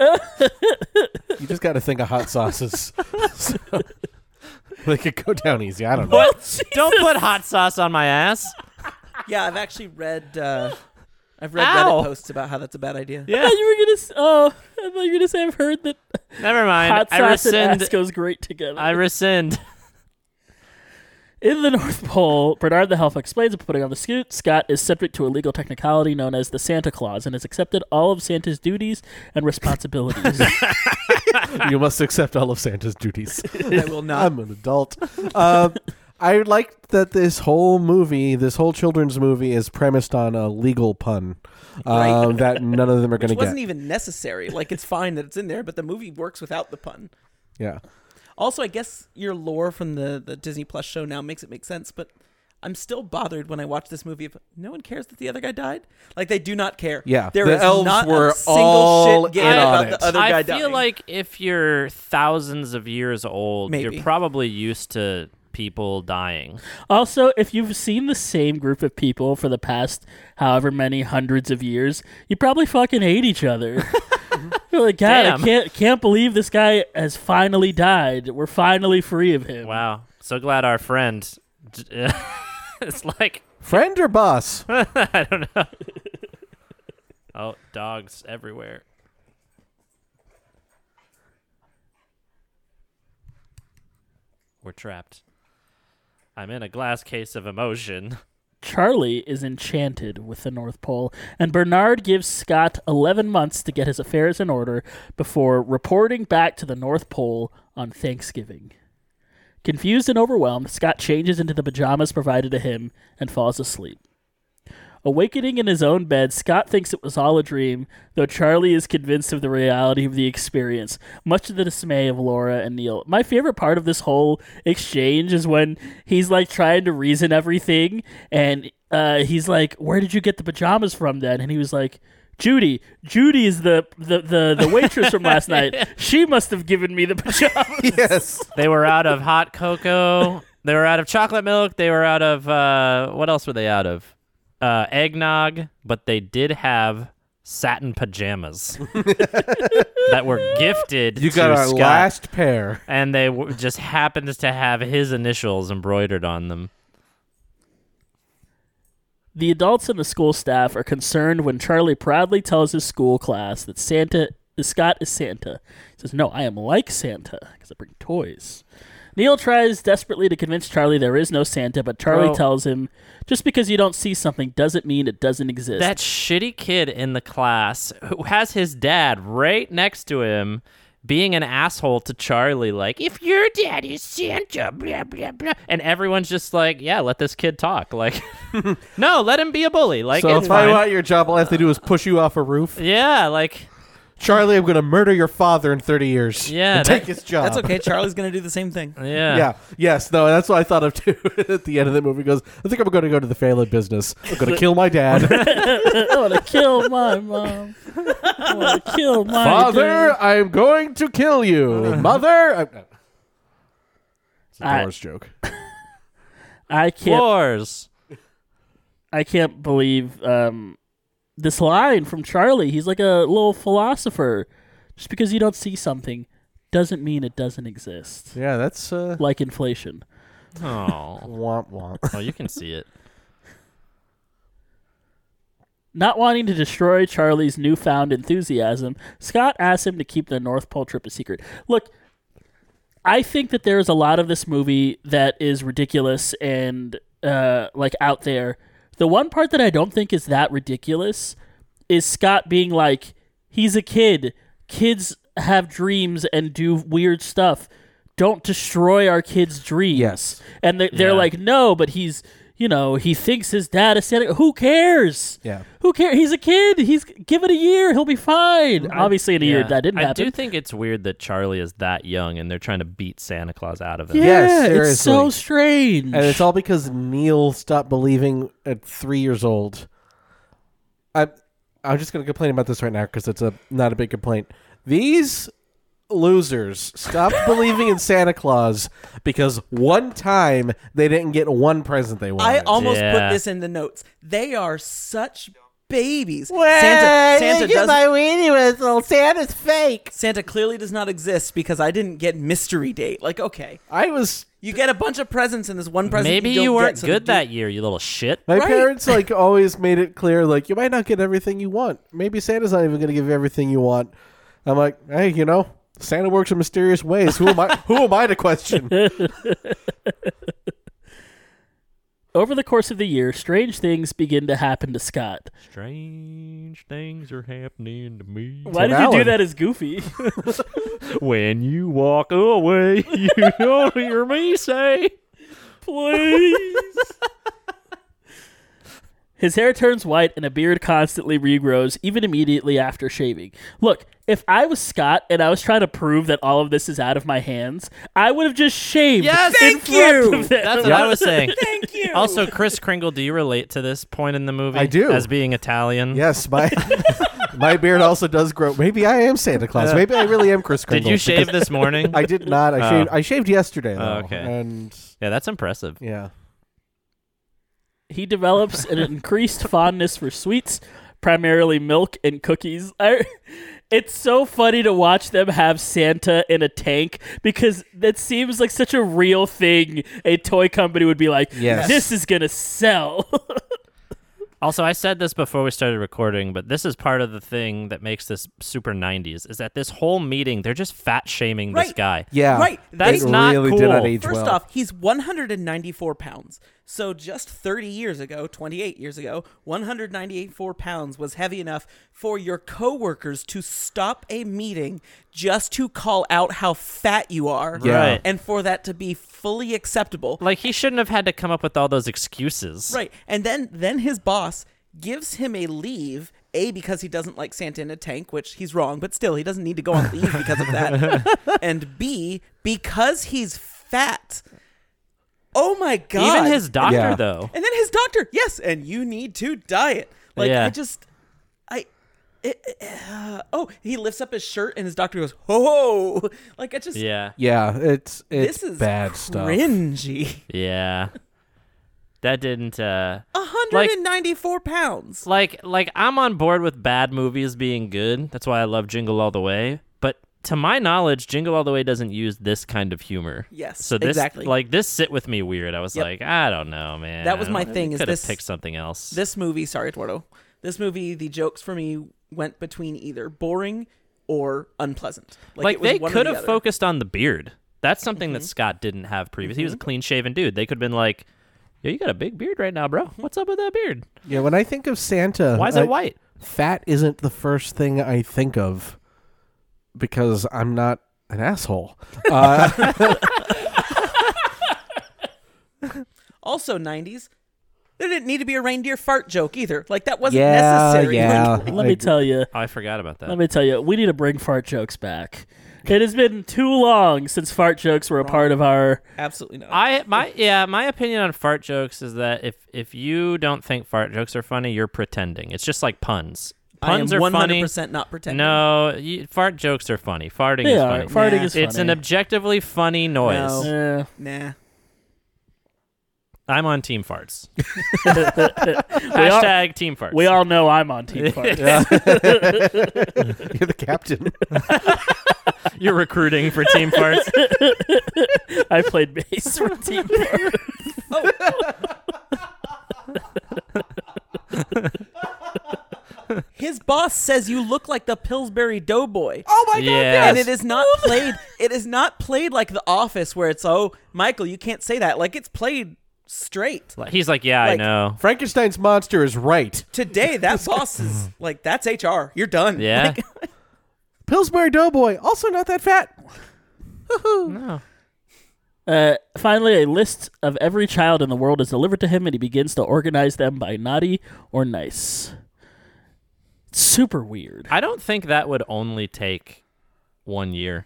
You just got to think of hot sauces. so, they could go down easy. I don't know. What? Don't put hot sauce on my ass. Yeah, I've actually read. Uh, I've read Ow. Reddit posts about how that's a bad idea. I thought you were gonna. s- Oh, I thought you were gonna say I've heard that Never mind. hot I sauce and rescind. ass goes great together. I rescind. In the North Pole, Bernard the Elf explains that putting on the suit, Scott is subject to a legal technicality known as the Santa Claus and has accepted all of Santa's duties and responsibilities. you must accept all of Santa's duties. I will not. I'm an adult. Um, I like that this whole movie, this whole children's movie, is premised on a legal pun uh, Right. that none of them are going to It get. wasn't even necessary. Like it's fine that it's in there, but the movie works without the pun. yeah, Also, I guess your lore from the, the Disney Plus show now makes it make sense, but I'm still bothered when I watch this movie. If no one cares that the other guy died, like they do not care. Yeah, there the is elves not were a single all shit given in on about it. the other guy I dying. feel like if you're thousands of years old, Maybe. you're probably used to people dying. also, if you've seen the same group of people for the past however many hundreds of years, you probably fucking hate each other. You're like, God, Damn. I can't can't believe this guy has finally died. We're finally free of him. Wow. So glad our friend. it's like friend or boss? I don't know. Oh, dogs everywhere. We're trapped. I'm in a glass case of emotion. Charlie is enchanted with the North Pole, and Bernard gives Scott 11 months to get his affairs in order before reporting back to the North Pole on Thanksgiving. Confused and overwhelmed, Scott changes into the pajamas provided to him and falls asleep. Awakening in his own bed, Scott thinks it was all a dream, though Charlie is convinced of the reality of the experience, much to the dismay of Laura and Neil. My favorite part of this whole exchange is when he's like trying to reason everything, and uh, he's like, "Where did you get the pajamas from?" Then, and he was like. Judy, Judy is the, the, the, the waitress from last night. She must have given me the pajamas. yes. They were out of hot cocoa. They were out of chocolate milk. They were out of uh, what else were they out of? Uh, eggnog, but they did have satin pajamas that were gifted. You to got our Scott. last pair. and they w- just happened to have his initials embroidered on them. The adults and the school staff are concerned when Charlie proudly tells his school class that Santa Scott is Santa. He says, "No, I am like Santa because I bring toys." Neil tries desperately to convince Charlie there is no Santa, but Charlie Bro. tells him, "Just because you don't see something doesn't mean it doesn't exist." That shitty kid in the class who has his dad right next to him being an asshole to Charlie, like, if your dad is Santa, blah, blah, blah. And everyone's just like, yeah, let this kid talk. Like, no, let him be a bully. Like, so it's if I fine. want your job, all I have to do is push you off a roof. yeah, like, Charlie, I'm going to murder your father in 30 years. and Yeah, that- take his job. that's okay. Charlie's gonna do the same thing. yeah. Yeah. Yes. No. That's what I thought of too. At the end of the movie, He goes, I think I'm going to go to the Phelan business. I'm going to kill my dad, I want to kill my mom. I want to kill my father. dad. I'm going to kill you, Uh-huh. mother. I'm, no. It's a I- Doors joke. I can't. Floors. I can't believe um, this line from Charlie. He's like a little philosopher. Just because you don't see something doesn't mean it doesn't exist, Yeah. That's uh, like inflation. Oh. womp womp. oh, you can see it. Not wanting to destroy Charlie's newfound enthusiasm, Scott asks him to keep the North Pole trip a secret. Look, I think that there is a lot of this movie that is ridiculous and uh, like out there. The one part that I don't think is that ridiculous is Scott being like, he's a kid. Kids have dreams and do weird stuff. Don't destroy our kids' dreams. Yes. And they, they're Yeah. like, no, but he's, you know, he thinks his dad is Santa. Who cares? Yeah. Who cares? He's a kid. He's give it a year. He'll be fine. Obviously, in a year Yeah. that didn't I happen. do think it's weird that Charlie is that young and they're trying to beat Santa Claus out of him. yeah, Yes, it's seriously. so strange. And it's all because Neil stopped believing at three years old. I I'm just going to complain about this right now because it's a not a big complaint. These losers. Stop believing in Santa Claus because one time they didn't get one present they wanted. I almost Yeah. put this in the notes. They are such babies. Well, Santa, Santa, you does, my weenie whistle. Santa's fake. Santa clearly does not exist because I didn't get mystery date. Like, okay, I was. you get a bunch of presents and this one present. Maybe you, you don't weren't get, so the good dude- that year, you little shit. My Right. parents like always made it clear like you might not get everything you want. Maybe Santa's not even going to give you everything you want. I'm like, hey, you know, Santa works in mysterious ways. Who am I? who am I to question? Over the course of the year, strange things begin to happen to Scott. Strange things are happening to me. Why Tim did you do Allen. that as Goofy? When you walk away, you don't hear me say. Please. His hair turns white and a beard constantly regrows, even immediately after shaving. Look, if I was Scott and I was trying to prove that all of this is out of my hands, I would have just shaved. Yes, in thank front you. of them. That's what I was saying. Thank you. Also, Chris Kringle, do you relate to this point in the movie? I do. As being Italian. yes, my my beard also does grow. Maybe I am Santa Claus. Maybe I really am Chris Did Kringle. you shave because this morning? I did not. I Oh. shaved. I shaved yesterday though. Oh, okay. And yeah, that's impressive. yeah. He develops an increased fondness for sweets, primarily milk and cookies. I, it's so funny to watch them have Santa in a tank because that seems like such a real thing a toy company would be like, Yes. this is going to sell. Also, I said this before we started recording, but this is part of the thing that makes this super 90s is that this whole meeting, they're just fat shaming this Right. guy. Yeah. Right. That's it not really cool. did not age First well. off, he's 194 pounds. So just 30 years ago, 28 years ago, 194 pounds was heavy enough for your coworkers to stop a meeting just to call out how fat you are, Yeah. Right. and for that to be fully acceptable. Like, he shouldn't have had to come up with all those excuses. Right. And then then his boss gives him a leave, A because he doesn't like Santa in a tank, which he's wrong, but still he doesn't need to go on leave because of that. and B because he's fat. Oh my god. Even his doctor, Yeah. though. And then his doctor, yes, and you need to diet. Like Yeah. I just I it, uh, oh, he lifts up his shirt and his doctor goes, "Oh!" Like I just, Yeah. yeah, it's it's this is bad stuff. cringy. Yeah. That didn't, uh. Oh. Like- 194 pounds. Like, like I'm on board with bad movies being good. That's why I love Jingle All the Way. But to my knowledge, Jingle All the Way doesn't use this kind of humor. Yes, So this, exactly. like, this sit with me weird. I was Yep. like, I don't know, man. That was my thing, is Could have this- picked something else. this movie sorry eduardo this movie the jokes for me went between either boring or unpleasant like, it was they one or could the have other. Mm-hmm. focused on the beard. That's something that Scott didn't have previously. He was a clean shaven dude. They could have been like, "Yo, you got a big beard right now, bro. Mm-hmm. What's up with that beard? Yeah, when I think of Santa, Why is Uh, I- it white?" Fat isn't the first thing I think of because I'm not an asshole. Uh, also 90s there didn't need to be a reindeer fart joke either like that wasn't yeah, necessary yeah. Like, Let me tell you. Oh, I forgot about that. Let me tell you, we need to bring fart jokes back. It has been too long since fart jokes were a part of our. absolutely not I my yeah, my opinion on fart jokes is that if if you don't think fart jokes are funny, you're pretending. It's just like puns. I am Puns are 100% funny. not pretending No, you, fart jokes are funny. Farting They is are. funny. Farting Nah. is funny. it's an objectively funny noise. No. Yeah. nah I'm on team farts. Hashtag team farts. We all know I'm on Team Fart. You're the captain. You're recruiting for team farts. I played bass for Team Fart. his boss says you look like the pillsbury doughboy Oh, Oh yeah. and it is not played it is not played like the office where it's oh michael you can't say that like it's played straight He's like, yeah, I Like- know. Frankenstein's monster is right. today that boss is like that's hr you're done Yeah. Like, Pillsbury Doughboy, also not that fat. Uh, finally, a list of every child in the world is delivered to him, and he begins to organize them by naughty or nice. Super weird. I don't think that would only take one year.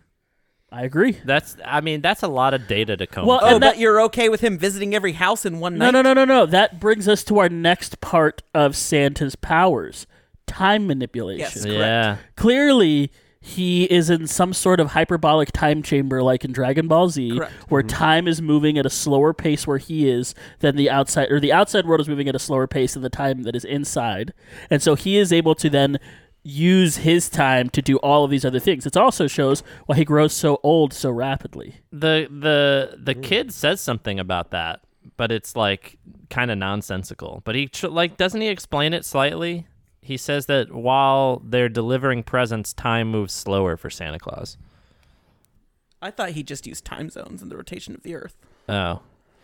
I agree. That's I mean, that's a lot of data to comb Well, through. oh, And that- but you're okay with him visiting every house in one No, night? no, no, no, no. That brings us to our next part of Santa's powers time manipulation. Yes. yeah. Clearly, he is in some sort of hyperbolic time chamber, like in Dragon Ball Z, Correct. where time is moving at a slower pace where he is than the outside, or the outside world is moving at a slower pace than the time that is inside, and so he is able to then use his time to do all of these other things. It also shows why he grows so old so rapidly. the the the kid says something about that, but it's like kind of nonsensical. But he tr- like doesn't he explain it slightly? He says that while they're delivering presents, time moves slower for Santa Claus. I thought he just used time zones and the rotation of the Earth. Oh,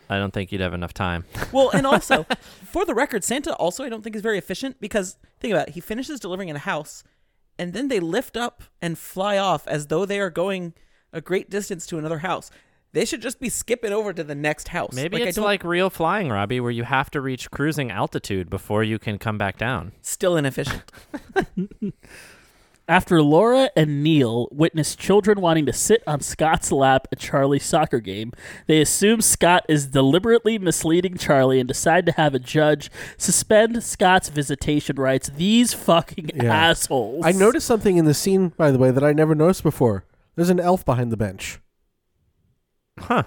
I don't think you'd have enough time. Well, and also, for the record, Santa also I don't think is very efficient because think about it, he finishes delivering in a house and then they lift up and fly off as though they are going a great distance to another house. They should just be skipping over to the next house. Maybe I it's don't- like real flying, Robbie, where you have to reach cruising altitude before you can come back down. still inefficient. After Laura and Neil witness children wanting to sit on Scott's lap at Charlie's soccer game, they assume Scott is deliberately misleading Charlie and decide to have a judge suspend Scott's visitation rights. These fucking Yeah. assholes. I noticed something in the scene, by the way, that I never noticed before. There's an elf behind the bench. Huh.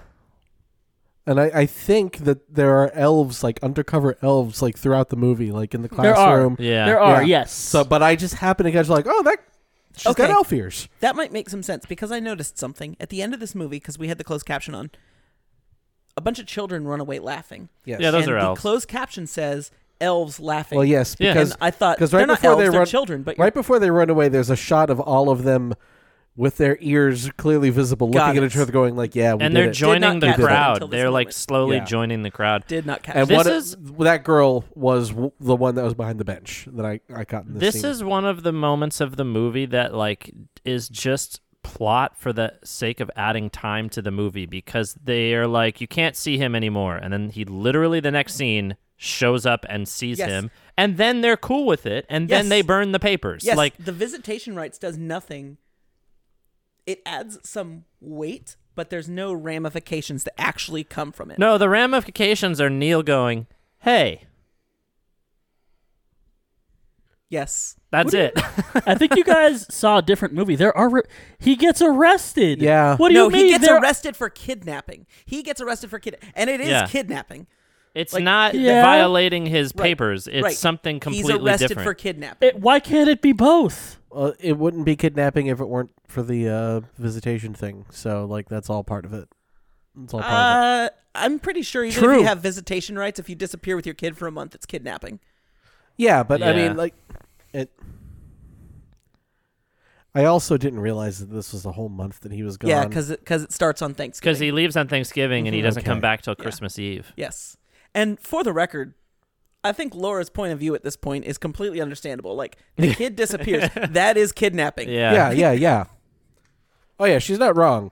And I, I think that there are elves, like undercover elves, like throughout the movie, like in the there are. classroom. Yeah. There are, Yeah. yes. So, but I just happened to catch, like, oh, that she's got Okay. elf ears. That might make some sense because I noticed something at the end of this movie because we had the closed caption on. A bunch of children run away laughing. Yes. Yeah, those and are the elves. closed caption says elves laughing. Well, yes, Yeah. because And I thought because they're right not before elves, they they're run, children, but you're- right before they run away, there's a shot of all of them with their ears clearly visible, Got looking it. at each other, going like, "Yeah, we did And they're it. joining the catch that crowd. until this They're like moment. slowly Yeah. joining the crowd. Did not catch And that. what is- that girl was w- the one that was behind the bench that I, I caught in the this scene. is one of the moments of the movie that like is just plot for the sake of adding time to the movie because they are like you can't see him anymore and then he literally the next scene shows up and sees Yes. him and then they're cool with it and then Yes. they burn the papers Yes, like the visitation rights does nothing. It adds some weight, but there's no ramifications that actually come from it. no the ramifications are neil going hey Yes. that's it I think you guys saw a different movie. There are re- he gets arrested. Yeah. What do no, you mean? he gets There- arrested for kidnapping. He gets arrested for kid, and it is Yeah. kidnapping. it's Like, not Yeah. violating his Right, papers it's right. something completely He's arrested different for kidnapping. It- why can't it be both? Well, Uh, it wouldn't be kidnapping if it weren't for the uh, visitation thing. So like that's all part of it. It's all part of it. Uh, I'm pretty sure even if True. you have visitation rights, if you disappear with your kid for a month, it's kidnapping. Yeah, but I yeah. mean like it. I also didn't realize that this was the whole month that he was gone. Yeah, because because it starts on Thanksgiving. because he leaves on thanksgiving Mm-hmm. and he doesn't come Okay. back till christmas eve Yes. And for the record, I think Laura's point of view at this point is completely understandable. Like the kid disappears. that is kidnapping. yeah yeah, yeah, yeah. Oh yeah, she's not wrong.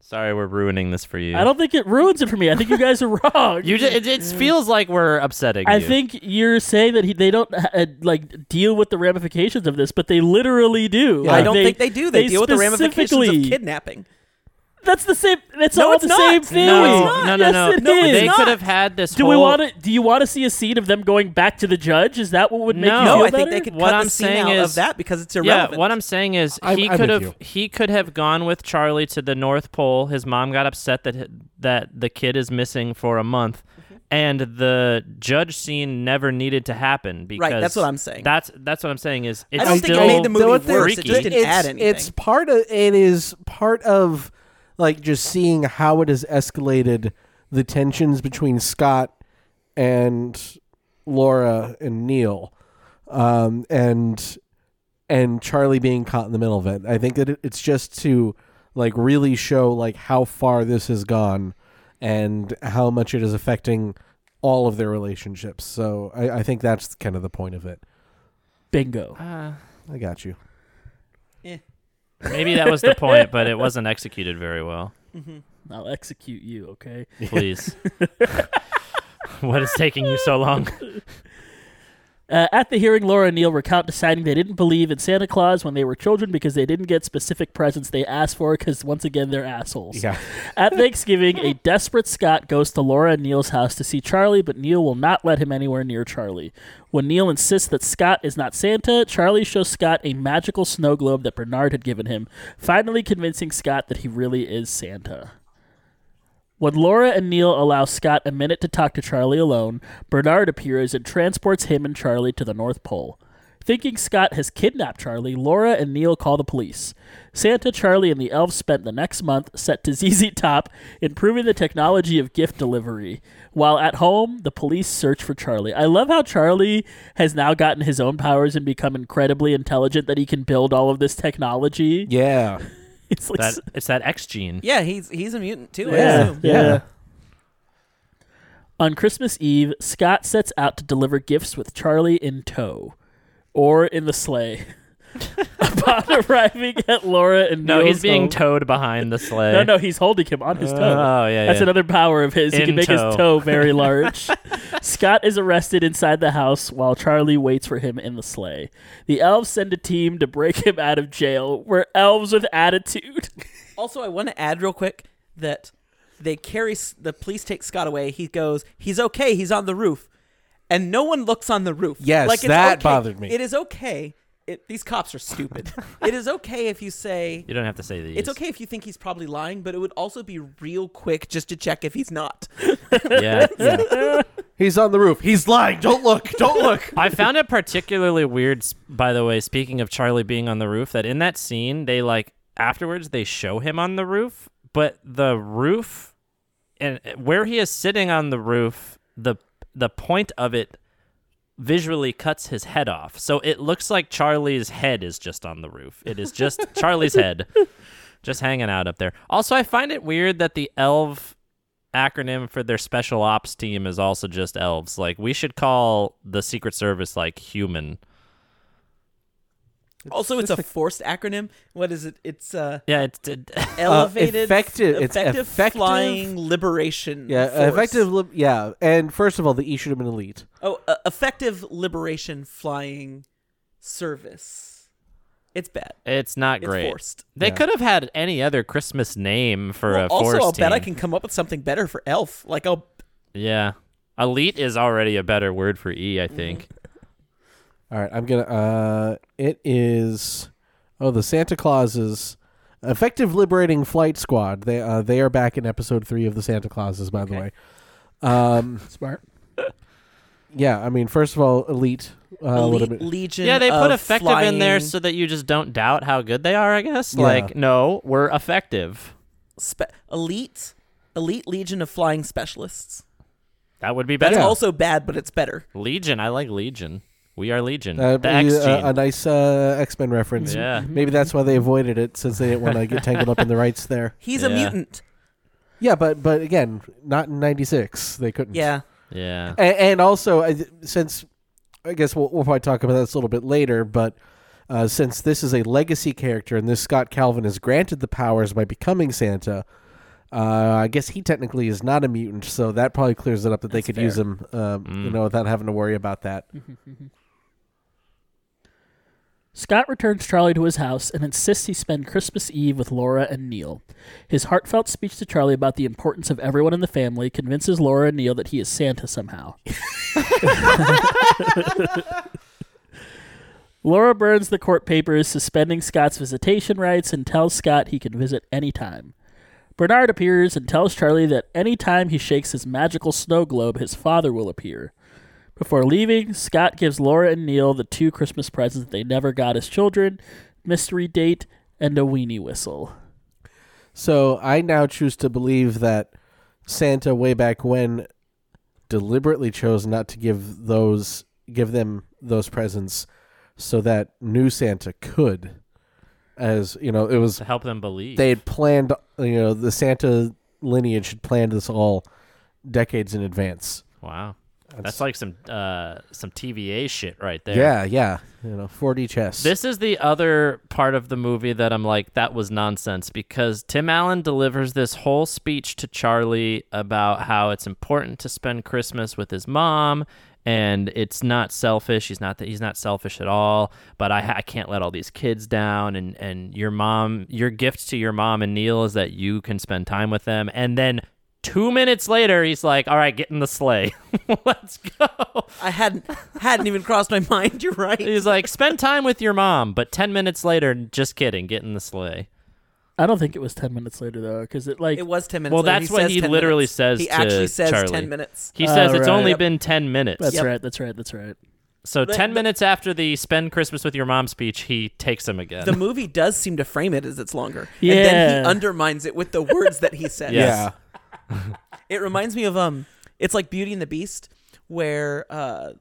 Sorry, we're ruining this for you. I don't think it ruins it for me. I think you guys are wrong. You just, it, it feels like we're upsetting. I you. think you're saying that he, they don't uh, like deal with the ramifications of this, but they literally do. Yeah. Like, I don't think they do. They, deal with the ramifications specifically- of kidnapping. That's the same. That's No, all it's the not. same No, thing. no, it's no, not. no, Yes, no. it No, it's they not. could have had this. Do whole, we want to? Do you want to see a scene of them going back to the judge? Is that what would make No. you No, Oh. feel I think better? they could What cut I'm the scene saying out is- of that because it's irrelevant. Yeah, what I'm saying is I'm- he I'm could with have you. he could have gone with Charlie to the North Pole. His mom got upset that hi- that the kid is missing for a month, Mm-hmm. and the judge scene never needed to happen because that's what I'm saying. That's that's what I'm saying is it's I don't think it still made the movie Though it's- worse, it freaky. just didn't it's, add anything. It's part of it is part of like just seeing how it has escalated the tensions between Scott and Laura and Neil, um, and and Charlie being caught in the middle of it. I think that it- it's just to like really show like how far this has gone and how much it is affecting all of their relationships. So I, I think that's kind of the point of it. Bingo. Uh, I got you. Maybe that was the point, but it wasn't executed very well. I'll execute you. Okay. Please, what is taking you so long? Uh, at the hearing, Laura and Neil recount deciding they didn't believe in Santa Claus when they were children because they didn't get specific presents they asked for because, once again, they're assholes. Yeah. At Thanksgiving, a desperate Scott goes to Laura and Neil's house to see Charlie, but Neil will not let him anywhere near Charlie. When Neil insists that Scott is not Santa, Charlie shows Scott a magical snow globe that Bernard had given him, finally convincing Scott that he really is Santa. When Laura and Neil allow Scott a minute to talk to Charlie alone, Bernard appears and transports him and Charlie to the North Pole. Thinking Scott has kidnapped Charlie, Laura and Neil call the police. Santa, Charlie, and the elves spent the next month set to ZZ Top, improving the technology of gift delivery. While at home, the police search for Charlie. I love how Charlie has now gotten his own powers and become incredibly intelligent that he can build all of this technology. Yeah. It's like That it's that X gene. Yeah, he's he's a mutant too. I Yeah. assume. yeah. On Christmas Eve, Scott sets out to deliver gifts with Charlie in tow or in the sleigh. Upon arriving at Laura and No, Neil's he's being home- towed behind the sleigh. No, no, he's holding him on his toe. Oh, yeah, That's yeah. another power of his. he In can make his tow. toe very large. Scott is arrested inside the house while Charlie waits for him in the sleigh. The elves send a team to break him out of jail. We're elves with attitude. Also, I want to add real quick that they carry S- the police take Scott away. He goes, he's okay. He's on the roof, and no one looks on the roof. Yes, like, it's that okay- bothered me. It is okay. It, these cops are stupid. it is okay if you say You don't have to say these. it's okay if you think he's probably lying, but it would also be real quick just to check if he's not. Yeah. He's on the roof. He's lying. Don't look. Don't look. I found it particularly weird, s- by the way, speaking of Charlie being on the roof, that in that scene, they like afterwards they show him on the roof, but the roof and eh, where he is sitting on the roof, the the point of it visually cuts his head off. So it looks like Charlie's head is just on the roof. It is just Charlie's head just hanging out up there. Also, I find it weird that the elf acronym for their special ops team is also just elves. Like we should call the Secret Service like human. also, it's a forced acronym. What is it? It's uh, Yeah, it's it, elevated, effective- it's effective- flying liberation. Yeah, uh, force. effective. Li- yeah, and first of all, the E should have been elite. Oh, uh, effective liberation flying service. It's bad. it's not It's great. forced. They could have had any other Christmas name for Well, a also, force I'll team. bet I can come up with something better for elf. Like, I'll Yeah, elite is already a better word for E. I think. Mm-hmm. All right, I'm gonna. Uh, it is. Oh, the Santa Clauses, effective liberating flight squad. They uh, they are back in episode three of the Santa Clauses. By the way, um, Smart. yeah. I mean, first of all, elite. Uh, would have elite been- legion. Yeah, they put of effective in there flying so that you just don't doubt how good they are. I guess. Yeah. Like, no, we're effective. spe- elite, elite legion of flying specialists. That would be That's better. also bad, but it's better. Legion. I like Legion. We are Legion. that'd the be, X uh, gene. a nice uh, X Men reference. Yeah. Maybe that's why they avoided it since they didn't want to get tangled up in the rights there. He's a Yeah. mutant. Yeah, but but again, not in '96. They couldn't. Yeah, yeah. A- And, also, I- since I guess we'll, we'll probably talk about this a little bit later, but uh, since this is a legacy character and this Scott Calvin is granted the powers by becoming Santa, uh, I guess he technically is not a mutant, so that probably clears it up that they could use him, um, you know, without having to worry about that. Scott returns Charlie to his house and insists he spend Christmas Eve with Laura and Neil. His heartfelt speech to Charlie about the importance of everyone in the family convinces Laura and Neil that he is Santa somehow. Laura burns the court papers suspending Scott's visitation rights and tells Scott he can visit anytime. Bernard appears and tells Charlie that anytime he shakes his magical snow globe, his father will appear. Before leaving, Scott gives Laura and Neil the two Christmas presents they never got as children mystery date and a weenie whistle. So I now choose to believe that Santa, way back when, deliberately chose not to give those give them those presents, so that new Santa could, as you know, it was to help them believe. they had planned. You know, the Santa lineage had planned this all decades in advance. wow, that's, like some uh, some TVA shit right there. Yeah, yeah. You know, 4D chess. This is the other part of the movie that I'm like, that was nonsense because Tim Allen delivers this whole speech to Charlie about how it's important to spend Christmas with his mom and it's not selfish. He's not that he's not selfish at all. But I, ha- I can't let all these kids down. And and your mom, your gift to your mom and Neil is that you can spend time with them. And then two minutes later, he's like, "All right, get in the sleigh, let's go." I hadn't hadn't even crossed my mind. You're right. He's like, "Spend time with your mom," but ten minutes later, just kidding, get in the sleigh. I don't think it was ten minutes later though, because it like It was ten minutes. Well, later. that's what says he 10 literally minutes. says He to actually says Charlie. ten minutes. He Oh, says it's right. only Yep. been ten minutes. that's Yep. right, that's right, that's right. So The- ten the- minutes after the spend Christmas with your mom speech, he takes him again. The movie does seem to frame it as it's longer, and Yeah. then he undermines it with the words that he says. Yes. Yeah. It reminds me of um, it's like Beauty and the Beast, where uh,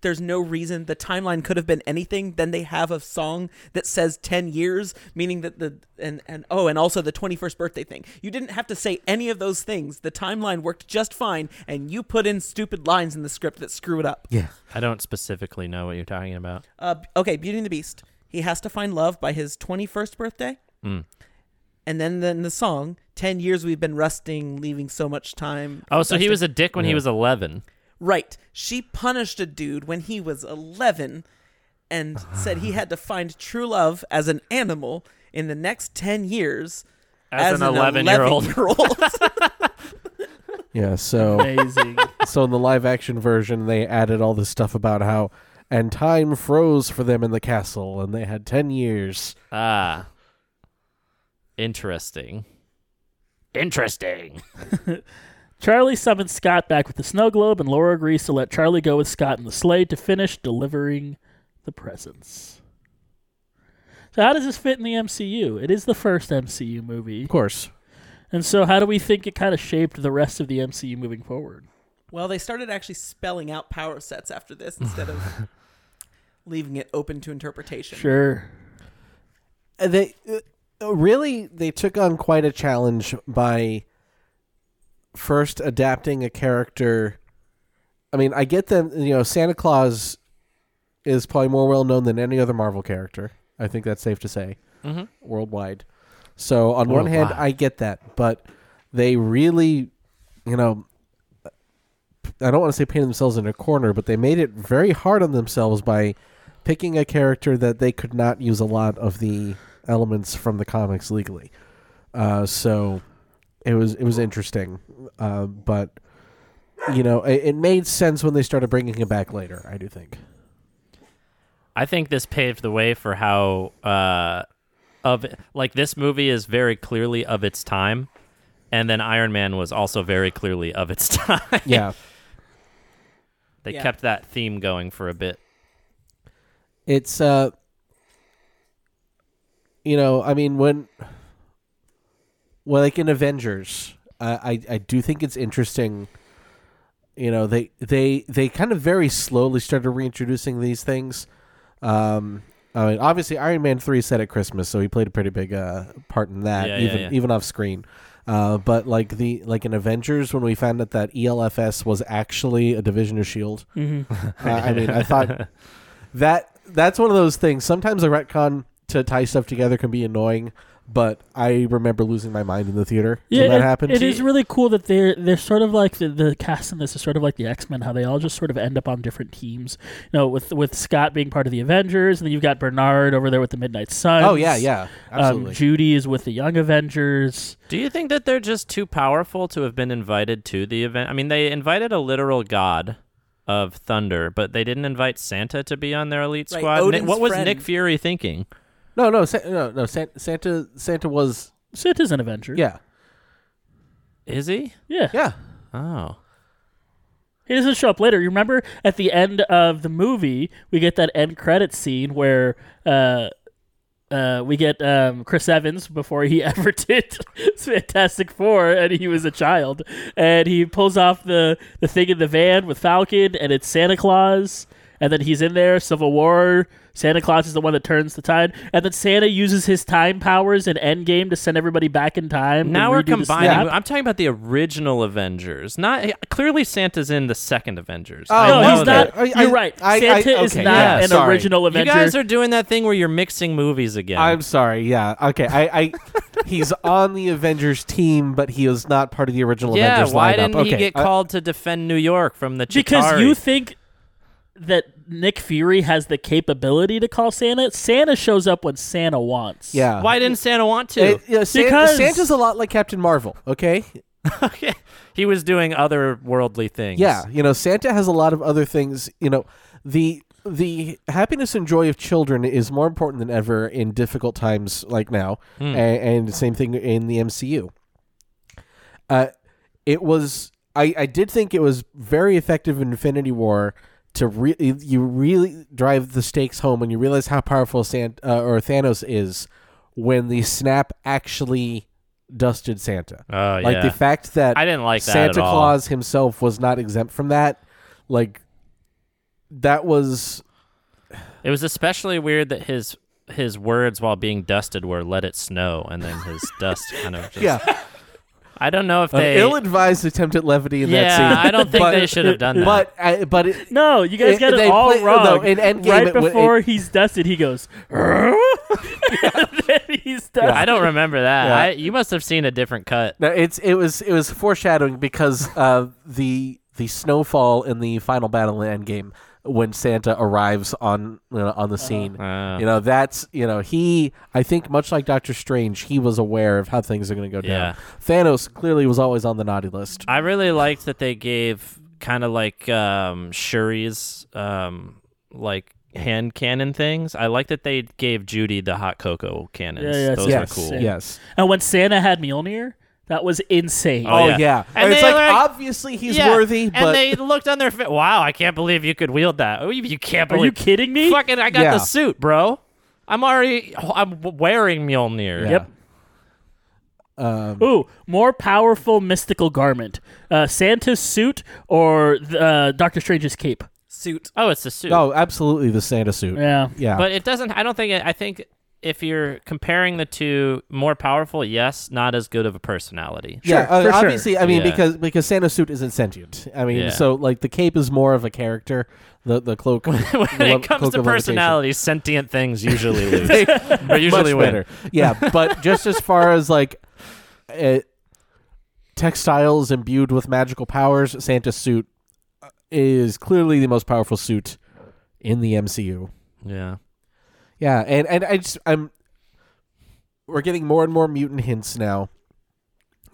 there's no reason the timeline could have been anything. Then they have a song that says ten years, meaning that the and and oh, and also the twenty first birthday thing. You didn't have to say any of those things. The timeline worked just fine, and you put in stupid lines in the script that screw it up. Yeah. I don't specifically know what you're talking about. Uh, okay, Beauty and the Beast. He has to find love by his 21st birthday. Mm. And then then the song, 10 years we've been rusting, leaving so much time. Oh, so he was a dick when he was eleven. Right. She punished a dude when he was 11 and said he had to find true love as an animal in the next 10 years As an 11-year-old. 11-year-old. Yeah. So Amazing. so in the live action version, they added all this stuff about how and time froze for them in the castle, and they had ten years. Ah, interesting. Interesting. Charlie summons Scott back with the snow globe, and Laura agrees to let Charlie go with Scott in the sleigh to finish delivering the presents. So, how does this fit in the MCU? It is the first MCU movie. Of course. And so, how do we think it kind of shaped the rest of the MCU moving forward? well, they started actually spelling out power sets after this instead of leaving it open to interpretation. Sure. Uh, They uh, really they took on quite a challenge by first adapting a character. I mean, I get them. You know, Santa Claus is probably more well known than any other Marvel character. I think that's safe to say worldwide. So on one hand, I get that, but they really, you know, I don't want to say painted themselves in a corner, but they made it very hard on themselves by picking a character that they could not use a lot of the elements from the comics legally. Uh, so it was it was interesting, uh, but you know, it, it made sense when they started bringing him back later. I do think. I think this paved the way for how uh, of like this movie is very clearly of its time, and then Iron Man was also very clearly of its time. Yeah. they Yeah. kept that theme going for a bit. it's uh you know i mean when well like in avengers uh, i i do think it's interesting you know they they they kind of very slowly started reintroducing these things um I mean, obviously iron man 3 set at christmas so he played a pretty big uh part in that Yeah, yeah, even yeah. even off screen uh, but like the like in Avengers, when we found out that E ELFS was actually a division of Shield, uh, I mean, I thought that that's one of those things. Sometimes a retcon to tie stuff together can be annoying, but I remember losing my mind in the theater Yeah, when that it- happened. it is really cool that they're they're sort of like the, the cast in this is sort of like the X Men, how they all just sort of end up on different teams. You know, with with Scott being part of the Avengers, and then you've got Bernard over there with the Midnight Suns. oh yeah, yeah, absolutely. Um, Judy is with the Young Avengers. Do you think that they're just too powerful to have been invited to the event? I mean, they invited a literal god of thunder, but they didn't invite Santa to be on their elite Right, squad. Ni- Odin's what was friend. Nick Fury thinking? no, no, Sa- no, no. San- Santa, Santa was Santa's an Avenger. yeah, Is he? yeah, yeah. Oh. He doesn't show up later. You remember at the end of the movie, we get that end credit scene where uh, uh, we get um, Chris Evans before he ever did Fantastic Four, and he was a child, and he pulls off the the thing in the van with Falcon, and it's Santa Claus. And then he's in there, Civil War. Santa Claus is the one that turns the time. And then Santa uses his time powers in Endgame to send everybody back in time. to Now we're redo the combining. snap. I'm talking about the original Avengers. Not clearly Santa's in the second Avengers. Oh, No, I know he's that. not. that. I- I- you're right. I- I- Santa is okay, not yeah, an sorry. original You Avenger. guys are doing that thing where you're mixing movies again. I'm sorry. Yeah. Okay. I, I he's on the Avengers team, but he is not part of the original yeah, Avengers why lineup. didn't okay. uh, he get I- called to defend New York from the Chitauri? because you think that Nick Fury has the capability to call Santa. Santa shows up when Santa wants. Yeah. Why didn't Santa want to? It- yeah, San- Because- Santa's a lot like Captain Marvel. Okay. okay. He was doing other worldly things. Yeah. You know, Santa has a lot of other things. You know, the the happiness and joy of children is more important than ever in difficult times like now, A- Hmm. and, and same thing in the MCU. Uh, it was. I, I did think it was very effective in Infinity War to re- you really drive the stakes home when you realize how powerful Santa uh, or Thanos is when the snap actually dusted Santa. Oh, like yeah. the fact that I didn't like that Santa at all. Claus himself was not exempt from that. Like that was It was especially weird that his his words while being dusted were "let it snow" and then his dust kind of just. yeah I don't know if an they. ill-advised attempt at levity in that Yeah, scene. I don't think But- they should have done that. But I, but it, No, you guys It- got it they all play- wrong. no, in Endgame right it wa- before it- he's dusted, he goes, "Huh?" and then he's dusted. I don't remember that. Yeah. I, you must have seen a different cut. no, it's it was it was foreshadowing because uh, the the snowfall in the final battle in Endgame when Santa arrives on you know, on the scene. Ah. You know that's you know he I think much like Doctor Strange he was aware of how things are going to go Yeah. down. Thanos clearly was always on the naughty list. I really liked that they gave kind of like um, Shuri's um, like hand cannon things. I like that they gave Judy the hot cocoa cannons. Yeah, yeah, Those it's were yes, cool. sick. yes. And when Santa had Mjolnir, that was insane. Oh, Oh yeah. yeah, And and, it's they, like, like- obviously he's Yeah, worthy, but and they looked on their face. Wow, I can't believe you could wield that. Oh, You, you can't Are believe. you kidding me? Fucking, I got Yeah. the suit, bro. I'm already. I'm wearing Mjolnir. Yeah. Yep. Ooh, more powerful mystical garment. Uh, Santa's suit or uh, Doctor Strange's cape? Suit. Oh, it's the suit. oh, absolutely the Santa suit. Yeah. yeah. But it doesn't. I don't think. It, I think if you're comparing the two, more powerful, yes, not as good of a personality. yeah, uh, Sure, for sure. obviously. I mean, Yeah. because because Santa's suit isn't sentient. I mean, Yeah. so like the cape is more of a character. The the cloak. when When it comes to personality, sentient things usually lose. or usually much win. better. Yeah, but just as far as like, uh textiles imbued with magical powers, Santa's suit uh, is clearly the most powerful suit in the MCU. Yeah. Yeah, and and I just I'm we're getting more and more mutant hints now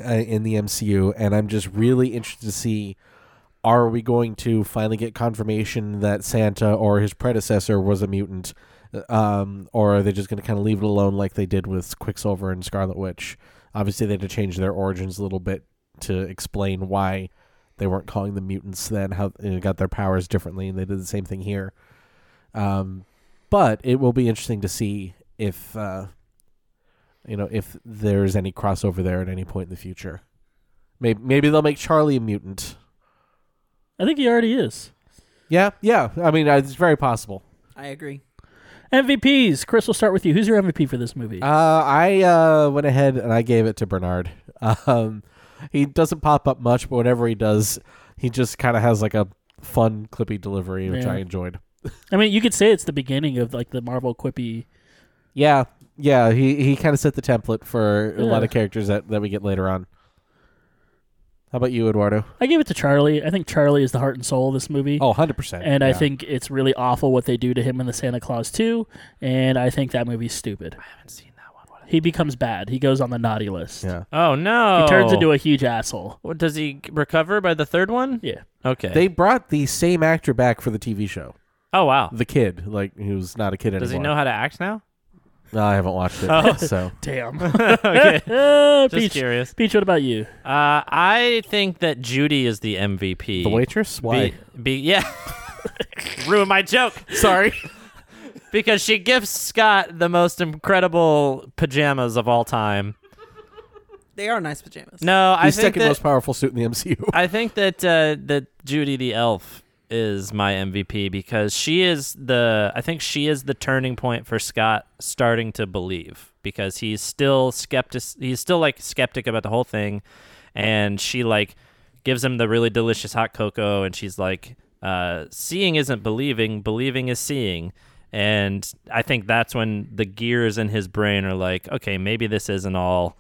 uh, in the MCU, and I'm just really interested to see are we going to finally get confirmation that Santa or his predecessor was a mutant, um, or are they just going to kind of leave it alone like they did with Quicksilver and Scarlet Witch? Obviously, they had to change their origins a little bit to explain why they weren't calling them mutants then, how they got their powers differently, and they did the same thing here. Um, but it will be interesting to see if uh, you know if there's any crossover there at any point in the future. Maybe maybe they'll make Charlie a mutant. I think he already is. Yeah, yeah. I mean, uh, it's very possible. I agree. MVPs. Chris, we'll start with you. Who's your MVP for this movie? Uh, I uh, went ahead and I gave it to Bernard. Um, he doesn't pop up much, but whenever he does, he just kind of has like a fun, clippy delivery, which Yeah. I enjoyed. I mean, you could say it's the beginning of like the Marvel quippy. Yeah, yeah. He he kind of set the template for a lot Yeah. of characters that, that we get later on. How about you, Eduardo? I gave it to Charlie. I think Charlie is the heart and soul of this movie. Oh, 100%. And I yeah. think it's really awful what they do to him in the Santa Claus 2. And I think that movie's stupid. I haven't seen that one. He becomes bad. He goes on the naughty list. Yeah. Oh no. He turns into a huge asshole. What, does he recover by the third one? Yeah. Okay. They brought the same actor back for the TV show. oh wow. The kid, like who's not a kid Does he Oh. anymore. know how to act now? No, I haven't watched it. So Damn. okay. Uh, Just Peach, curious. Peach, what about you? Uh, I think that Judy is the MVP. the waitress, why? Be, be- yeah. Ruin my joke. Sorry. because she gives Scott the most incredible pajamas of all time. They are nice pajamas. No, I the think second that, most powerful suit in the MCU. I think that uh, that Judy the elf is my MVP because she is the I think she is the turning point for Scott starting to believe because he's still skeptic he's still like skeptic about the whole thing and she like gives him the really delicious hot cocoa and she's like uh, seeing isn't believing believing is seeing and I think that's when the gears in his brain are like okay maybe this isn't all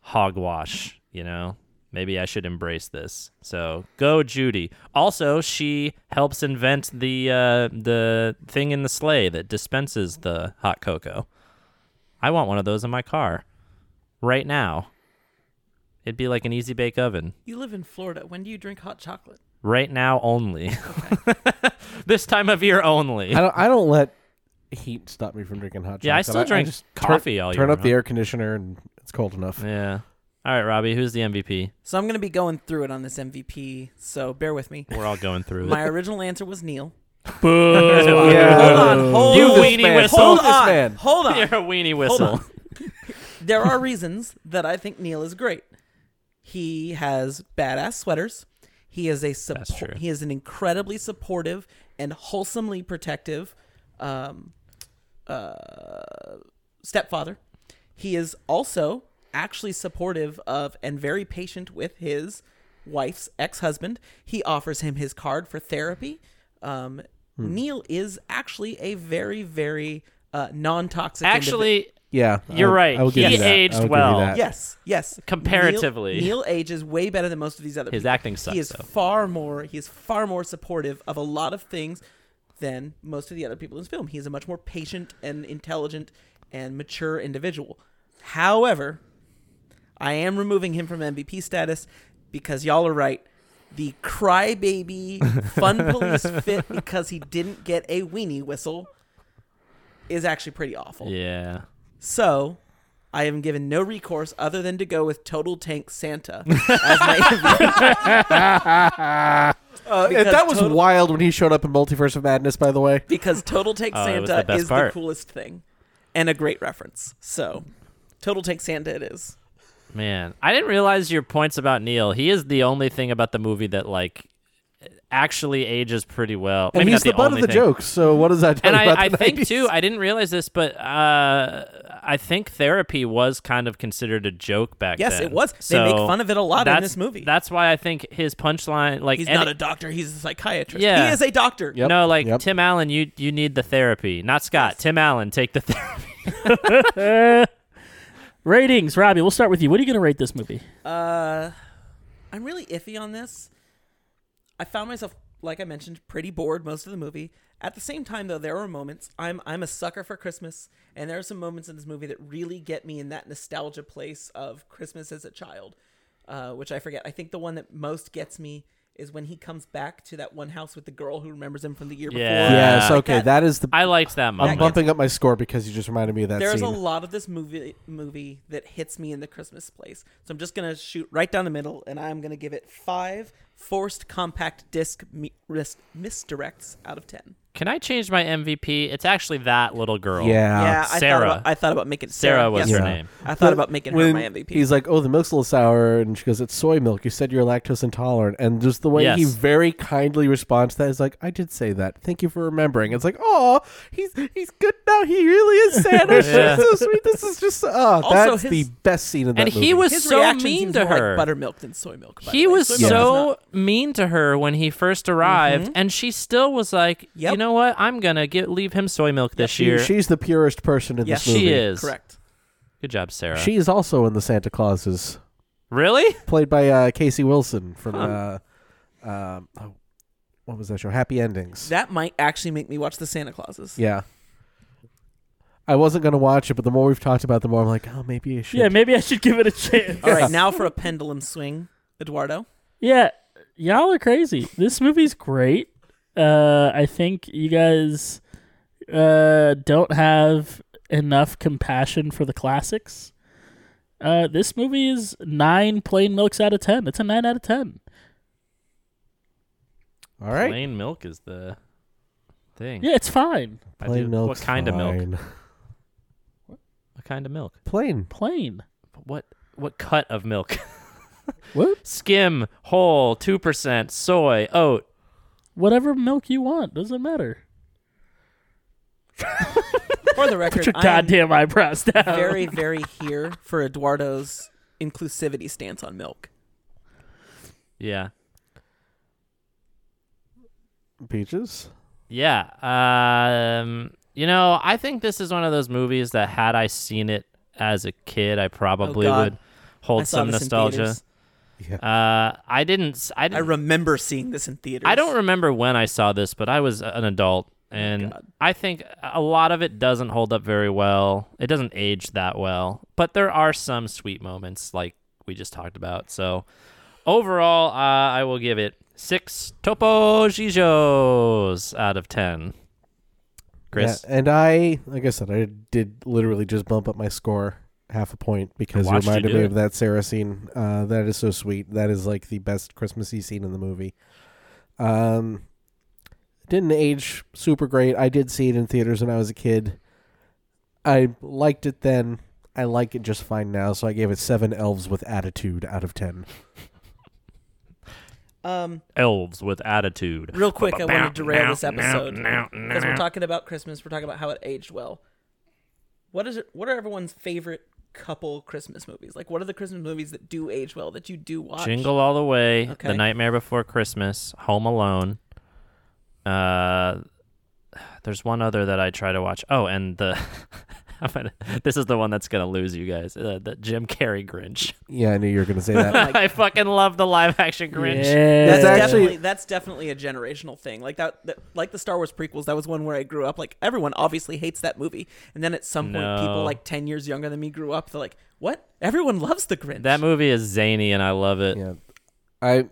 hogwash you know maybe I should embrace this. So go, Judy. Also, she helps invent the uh, the thing in the sleigh that dispenses the hot cocoa. I want one of those in my car right now. It'd be like an easy bake oven. You live in Florida. When do you drink hot chocolate? Right now only. this time of year only. I don't. I don't let heat stop me from drinking hot chocolate. Yeah, I still drink coffee turn, all Turn year up the round. air conditioner, and it's cold enough. Yeah. All right, Robbie, who's the MVP? So I'm going to be going through it on this MVP. So bear with me. We're all going through it. My original answer was Neil. Yeah. Hold on. Hold You on. weenie whistle. Hold Hold this on. Oh. man. Hold on. You're a weenie whistle. there are reasons that I think Neil is great. He has badass sweaters. He is a true. support. He is an incredibly supportive and wholesomely protective um, uh, stepfather. He is also actually supportive of and very patient with his wife's ex-husband. He offers him his card for therapy. Um, Hmm. Neil is actually a very, very uh, non-toxic. individ- Actually, Yeah, You're I'll- right. I will give He you that. I aged will give you well. that. Yes, yes. Comparatively. Neil, Neil ages way better than most of these other. His people. acting sucks, He is though. far more. He is far more supportive of a lot of things than most of the other people in this film. He is a much more patient and intelligent and mature individual. However, I am removing him from MVP status because y'all are right. The crybaby fun police fit because he didn't get a weenie whistle is actually pretty awful. yeah. So, I am given no recourse other than to go with Total Tank Santa as my Uh, and Because that was total- wild when he showed up in Multiverse of Madness. By the way, because Total Tank Oh, it was Santa the best is the part. coolest thing and a great reference. So, Total Tank Santa it is. Man, I didn't realize your points about Neil. He is the only thing about the movie that like actually ages pretty well. and Maybe he's not the, butt of only the thing. joke. So what does that tell And you about I, I the think 90s? too, I didn't realize this, but uh, I think therapy was kind of considered a joke back Yes, then. it was. They make So fun of it a lot in that's- this movie. That's why I think his punchline, like He's and not it- a doctor, he's a psychiatrist. Yeah. He is a doctor. Yep. No, like yep. Tim Allen, you you need the therapy, not Scott. Tim Allen, take the therapy. Ratings, Robbie. We'll start with you. What are you going to rate this movie? Uh, I'm really iffy on this. I found myself, like I mentioned, pretty bored most of the movie. At the same time, though, there were moments. I'm I'm a sucker for Christmas, and there are some moments in this movie that really get me in that nostalgia place of Christmas as a child, uh, which I forget. I think the one that most gets me is when he comes back to that one house with the girl who remembers him from the year Yeah. before. yes, Uh, okay, that- that is the. I liked that I'm moment. bumping up my score because you just reminded me of that There's scene. a lot of this movie movie that hits me in the Christmas place. So I'm just gonna shoot right down the middle, and I'm gonna give it five forced compact disc mi- ris- misdirects out of ten. Can I change my MVP? It's actually that little girl. yeah. yeah, I Sarah. thought about I thought about making it Sarah was Yes, her Yeah. name. I thought about making her Ah. When my MVP. He's like, "Oh, the milk's a little sour," and she goes, "It's soy milk. You said you're lactose intolerant." And just the way he Yes. very kindly responds to that is like, "I did say that. Thank you for remembering." It's like, "Oh, he's he's good now. He really is Santa. Yeah. She's so sweet. This is just oh, Also, that's his- the best scene in that And he movie. was his so reaction mean seems to more her. like buttermilk than soy milk. by he the way. was Soy milk is so not- mean to her when he first arrived, Mm-hmm. and she still was like, Yep. "You know what? I'm gonna get leave him soy milk this She- year." she's the purest person in Yes, this movie. she is correct. Good job, Sarah. She is also in the Santa Clauses, really? played by uh, Casey Wilson from uh, um, oh, what was that show? Happy Endings. That might actually make me watch the Santa Clauses. Yeah. I wasn't gonna watch it, but the more we've talked about, it, the more I'm like, oh, maybe I should. Yeah, maybe I should give it a chance. All right, now for a pendulum swing, Eduardo. Yeah, y'all are crazy. This movie's great. Uh, I think you guys uh, don't have enough compassion for the classics. Uh, this movie is nine plain milks out of ten. It's a nine out of ten. All right, Plain milk is the thing. Yeah, it's fine. I plain do- milk. What kind of milk? fine. What kind of milk? Plain. Plain. What what cut of milk? What? Skim, whole, two percent, soy, oat. Whatever milk you want doesn't matter. For the record, Put your I am- goddamn eyebrows down. very, very here for Eduardo's inclusivity stance on milk. Yeah. Peaches. Yeah. Um, you know, I think this is one of those movies that had I seen it as a kid, I probably God. would hold I saw some this in nostalgia. theaters. Uh, I didn't. s- I I didn't. remember seeing this in theaters. I don't remember when I saw this, but I was an adult, and I think a lot of it doesn't hold up very well. It doesn't age that well, but there are some sweet moments, like we just talked about. So overall, uh, I will give it six Topo Gijos out of ten. Chris, Yeah, and I, like I said, I did literally just bump up my score half a point because I you watched you reminded do me it. of that Sarah scene. Uh, that is so sweet. That is like the best Christmassy scene in the movie. Um, didn't age super great. I did see it in theaters when I was a kid. I liked it then. I like it just fine now. So I gave it seven elves with attitude out of ten. Um, elves with attitude. real quick, I want to derail this episode because we're talking about Christmas. We're talking about how it aged well. What is it? What are everyone's favorite couple Christmas movies? Like, what are the Christmas movies that do age well that you do watch? Jingle All the Way, The Okay. Nightmare Before Christmas, Home Alone. Uh, there's one other that I try to watch. Oh, and the I'm gonna- this is the one that's gonna lose you guys. Uh, the Jim Carrey Grinch. Yeah, I knew you were going to say that. I fucking love the live action Grinch. That's That's actually- definitely that's definitely a generational thing. Like that, that, like the Star Wars prequels. That was one where I grew up. Like everyone obviously hates that movie, and then at some point, No. people like ten years younger than me grew up. They're like, "What? Everyone loves the Grinch." That movie is zany and I love it. Yeah, I.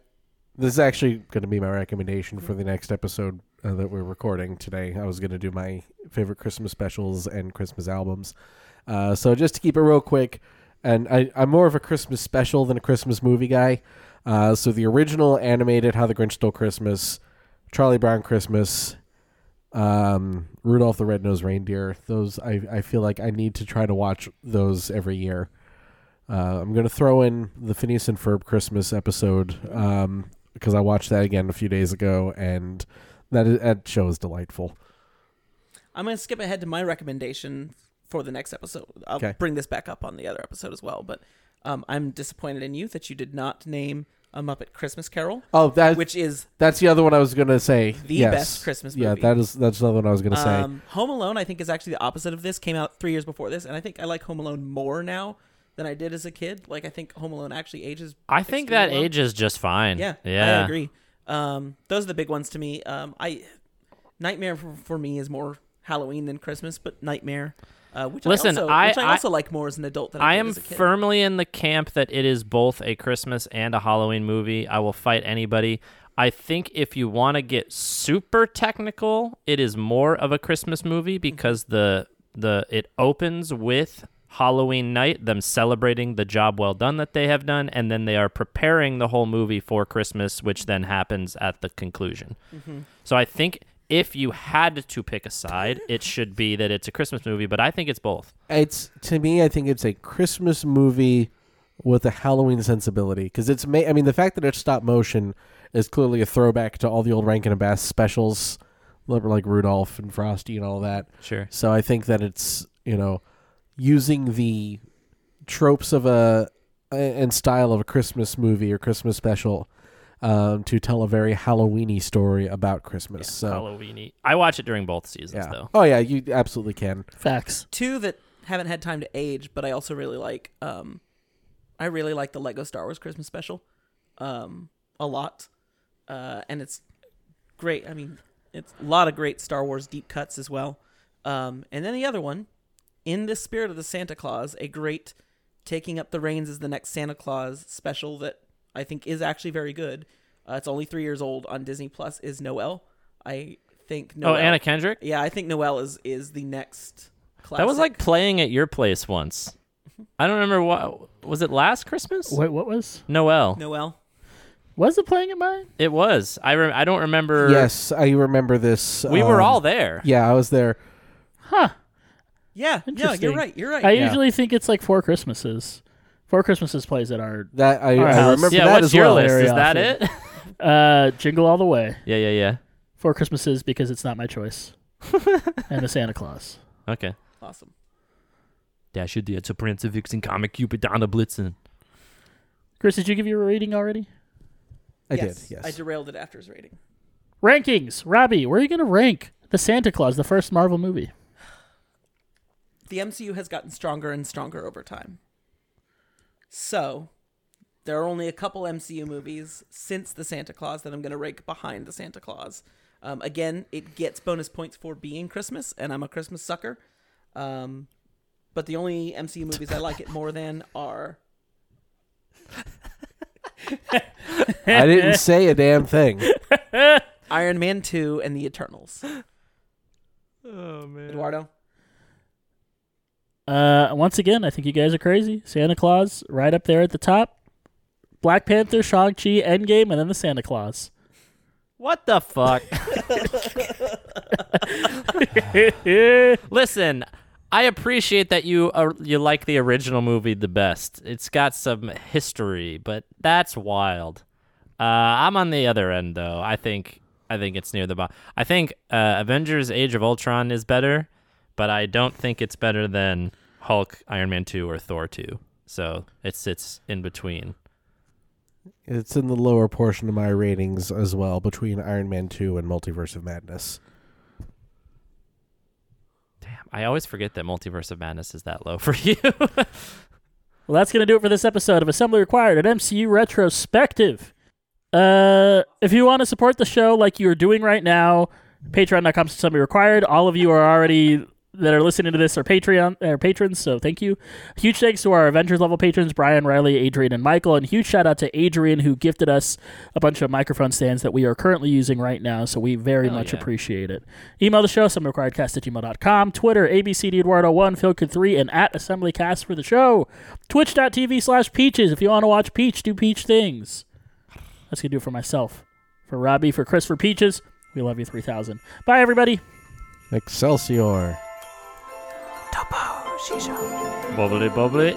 This is actually going to be my recommendation for the next episode uh, that we're recording today. I was going to do my favorite Christmas specials and Christmas albums. Uh, so just to keep it real quick, and I, I'm more of a Christmas special than a Christmas movie guy. Uh, so the original animated How the Grinch Stole Christmas, Charlie Brown Christmas, um, Rudolph the Red-Nosed Reindeer. Those I, I feel like I need to try to watch those every year. Uh, I'm gonna throw in the Phineas and Ferb Christmas episode um, because I watched that again a few days ago, and that is, that show is delightful. I'm going to skip ahead to my recommendation for the next episode. I'll Okay. bring this back up on the other episode as well. But um, I'm disappointed in you that you did not name a Muppet Christmas Carol, Oh, that which is that's the other one I was gonna say. The Yes. best Christmas Yeah, movie. that is that's the other one I was gonna say. um, Home Alone. I think is actually the opposite of this. Came out three years before this, and I think I like Home Alone more now than I did as a kid. Like I think Home Alone actually ages. I think extremely that well. ages just fine. Yeah, Yeah. I agree. Um, those are the big ones to me. Um, I Nightmare for, for me is more Halloween than Christmas, but Nightmare, uh, which Listen, I also, I- which I I- also like more as an adult than I, I did am as a kid. firmly in the camp that it is both a Christmas and a Halloween movie. I will fight anybody. I think if you want to get super technical, it is more of a Christmas Mm-hmm. movie because the the it opens with Halloween night, them celebrating the job well done that they have done, and then they are preparing the whole movie for Christmas, which then happens at the conclusion. Mm-hmm. So I think if you had to pick a side, it should be that it's a Christmas movie, but I think it's both. It's to me, I think it's a Christmas movie with a Halloween sensibility because it's. Ma- I mean, the fact that it's stop motion is clearly a throwback to all the old Rankin and Bass specials, like Rudolph and Frosty and all that. Sure. So I think that it's you know using the tropes of a and style of a Christmas movie or Christmas special um, to tell a very Halloweeny story about Christmas. so Halloweeny. I watch it during both seasons yeah. though. Oh yeah, you absolutely can. Facts. two that haven't had time to age, but I also really like. Um, I really like the Lego Star Wars Christmas special, um, a lot, uh, and it's great. I mean, it's a lot of great Star Wars deep cuts as well. Um, and then the other one, in the spirit of the Santa Claus, a great taking up the reins as the next Santa Claus special that I think is actually very good. Uh, it's only three years old on Disney Plus. Is Noel? I think Noel. Oh, Anna Kendrick. Yeah, I think Noel is is the next. Classic. That was like playing at your place once. I don't remember what was it last Christmas? Wait, what was? Noel. Noel. Was it playing at mine? It was. I re- I don't remember. Yes, I remember this. Er, We were um, all there. Yeah, I was there. Yeah, yeah, Interesting. you're right. You're right. I usually think it's like four Christmases. Four Christmases plays at our That I, Our I house. remember Yeah, that what's as your well. list? Very Is that it? often. uh, Jingle All the Way. yeah, yeah, yeah. Four Christmases because it's not my choice. and the Santa Claus. Okay. awesome. Dash your dear to Prince of Vixen, Comic Cupid, Donna Blitzen. Chris, did you give your rating already? I yes, did. Yes. I derailed it after his rating. Rankings. Robbie, where are you going to rank The Santa Claus, the first Marvel movie? The MCU has gotten stronger and stronger over time. So, There are only a couple MCU movies since the Santa Claus that I'm going to rank behind the Santa Claus. Um, again, it gets bonus points for being Christmas, and I'm a Christmas sucker. Um, but the only MCU movies I like it more than are I didn't say a damn thing. Iron Man 2 and The Eternals. Oh, man. Eduardo? Uh, once again, I think you guys are crazy. Santa Claus right up there at the top. Black Panther, Shang Chi, Endgame, and then the Santa Claus. What the fuck? Listen, I appreciate that you uh, you like the original movie the best. It's got some history, but that's wild. Uh, I'm on the other end though. I think I think it's near the bottom. I think uh, Avengers: Age of Ultron is better, but I don't think it's better than Hulk, Iron Man two, or Thor two. So it sits in between. It's in the lower portion of my ratings as well, between Iron Man 2 and Multiverse of Madness. I always forget that Multiverse of Madness is that low for you. Well, that's going to do it for this episode of Assembly Required, an MCU retrospective. Uh, if you want to support the show like you are doing right now, patreon.com slash Assembly Required. All of you are already that are listening to this are Patreon are patrons, so thank you. Huge thanks to our Avengers level patrons, Brian, Riley, Adrian, and Michael, and huge shout out to Adrian who gifted us a bunch of microphone stands that we are currently using right now, so we very much appreciate it. Email the show, assemblyrequiredcast at gmail.com, Twitter, ABCDeduardo1, PhilKid3, and at assemblycast for the show. Twitch.tv slash peaches if you want to watch Peach do Peach things. That's gonna do it for myself. For Robbie, for Chris, for Peaches, we love you 3000. Bye everybody. Excelsior. bubbly, bubbly.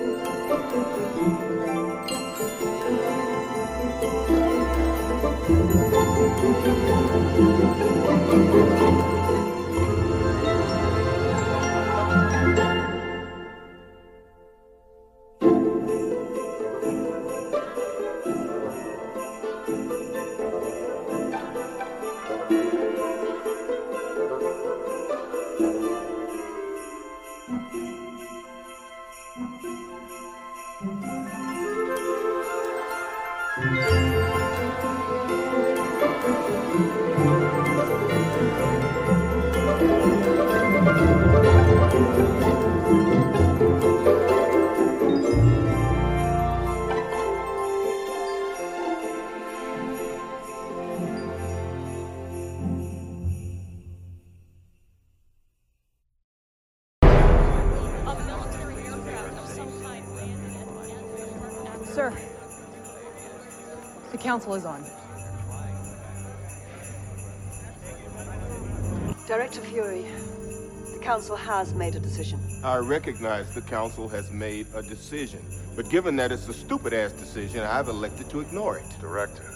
Sir, the council is on. Director Fury, the Council has made a decision. I recognize the council has made a decision, but given that it's a stupid ass decision, I've elected to ignore it. Director,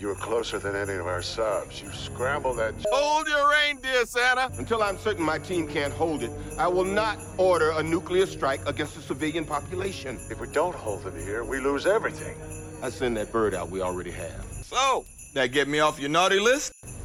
you were closer than any of our subs. You scrambled that. Hold your reindeer, Santa! Until I'm certain my team can't hold it, I will not order a nuclear strike against the civilian population. If we don't hold them here, we lose everything. I send that bird out we already have. So, that get me off your naughty list?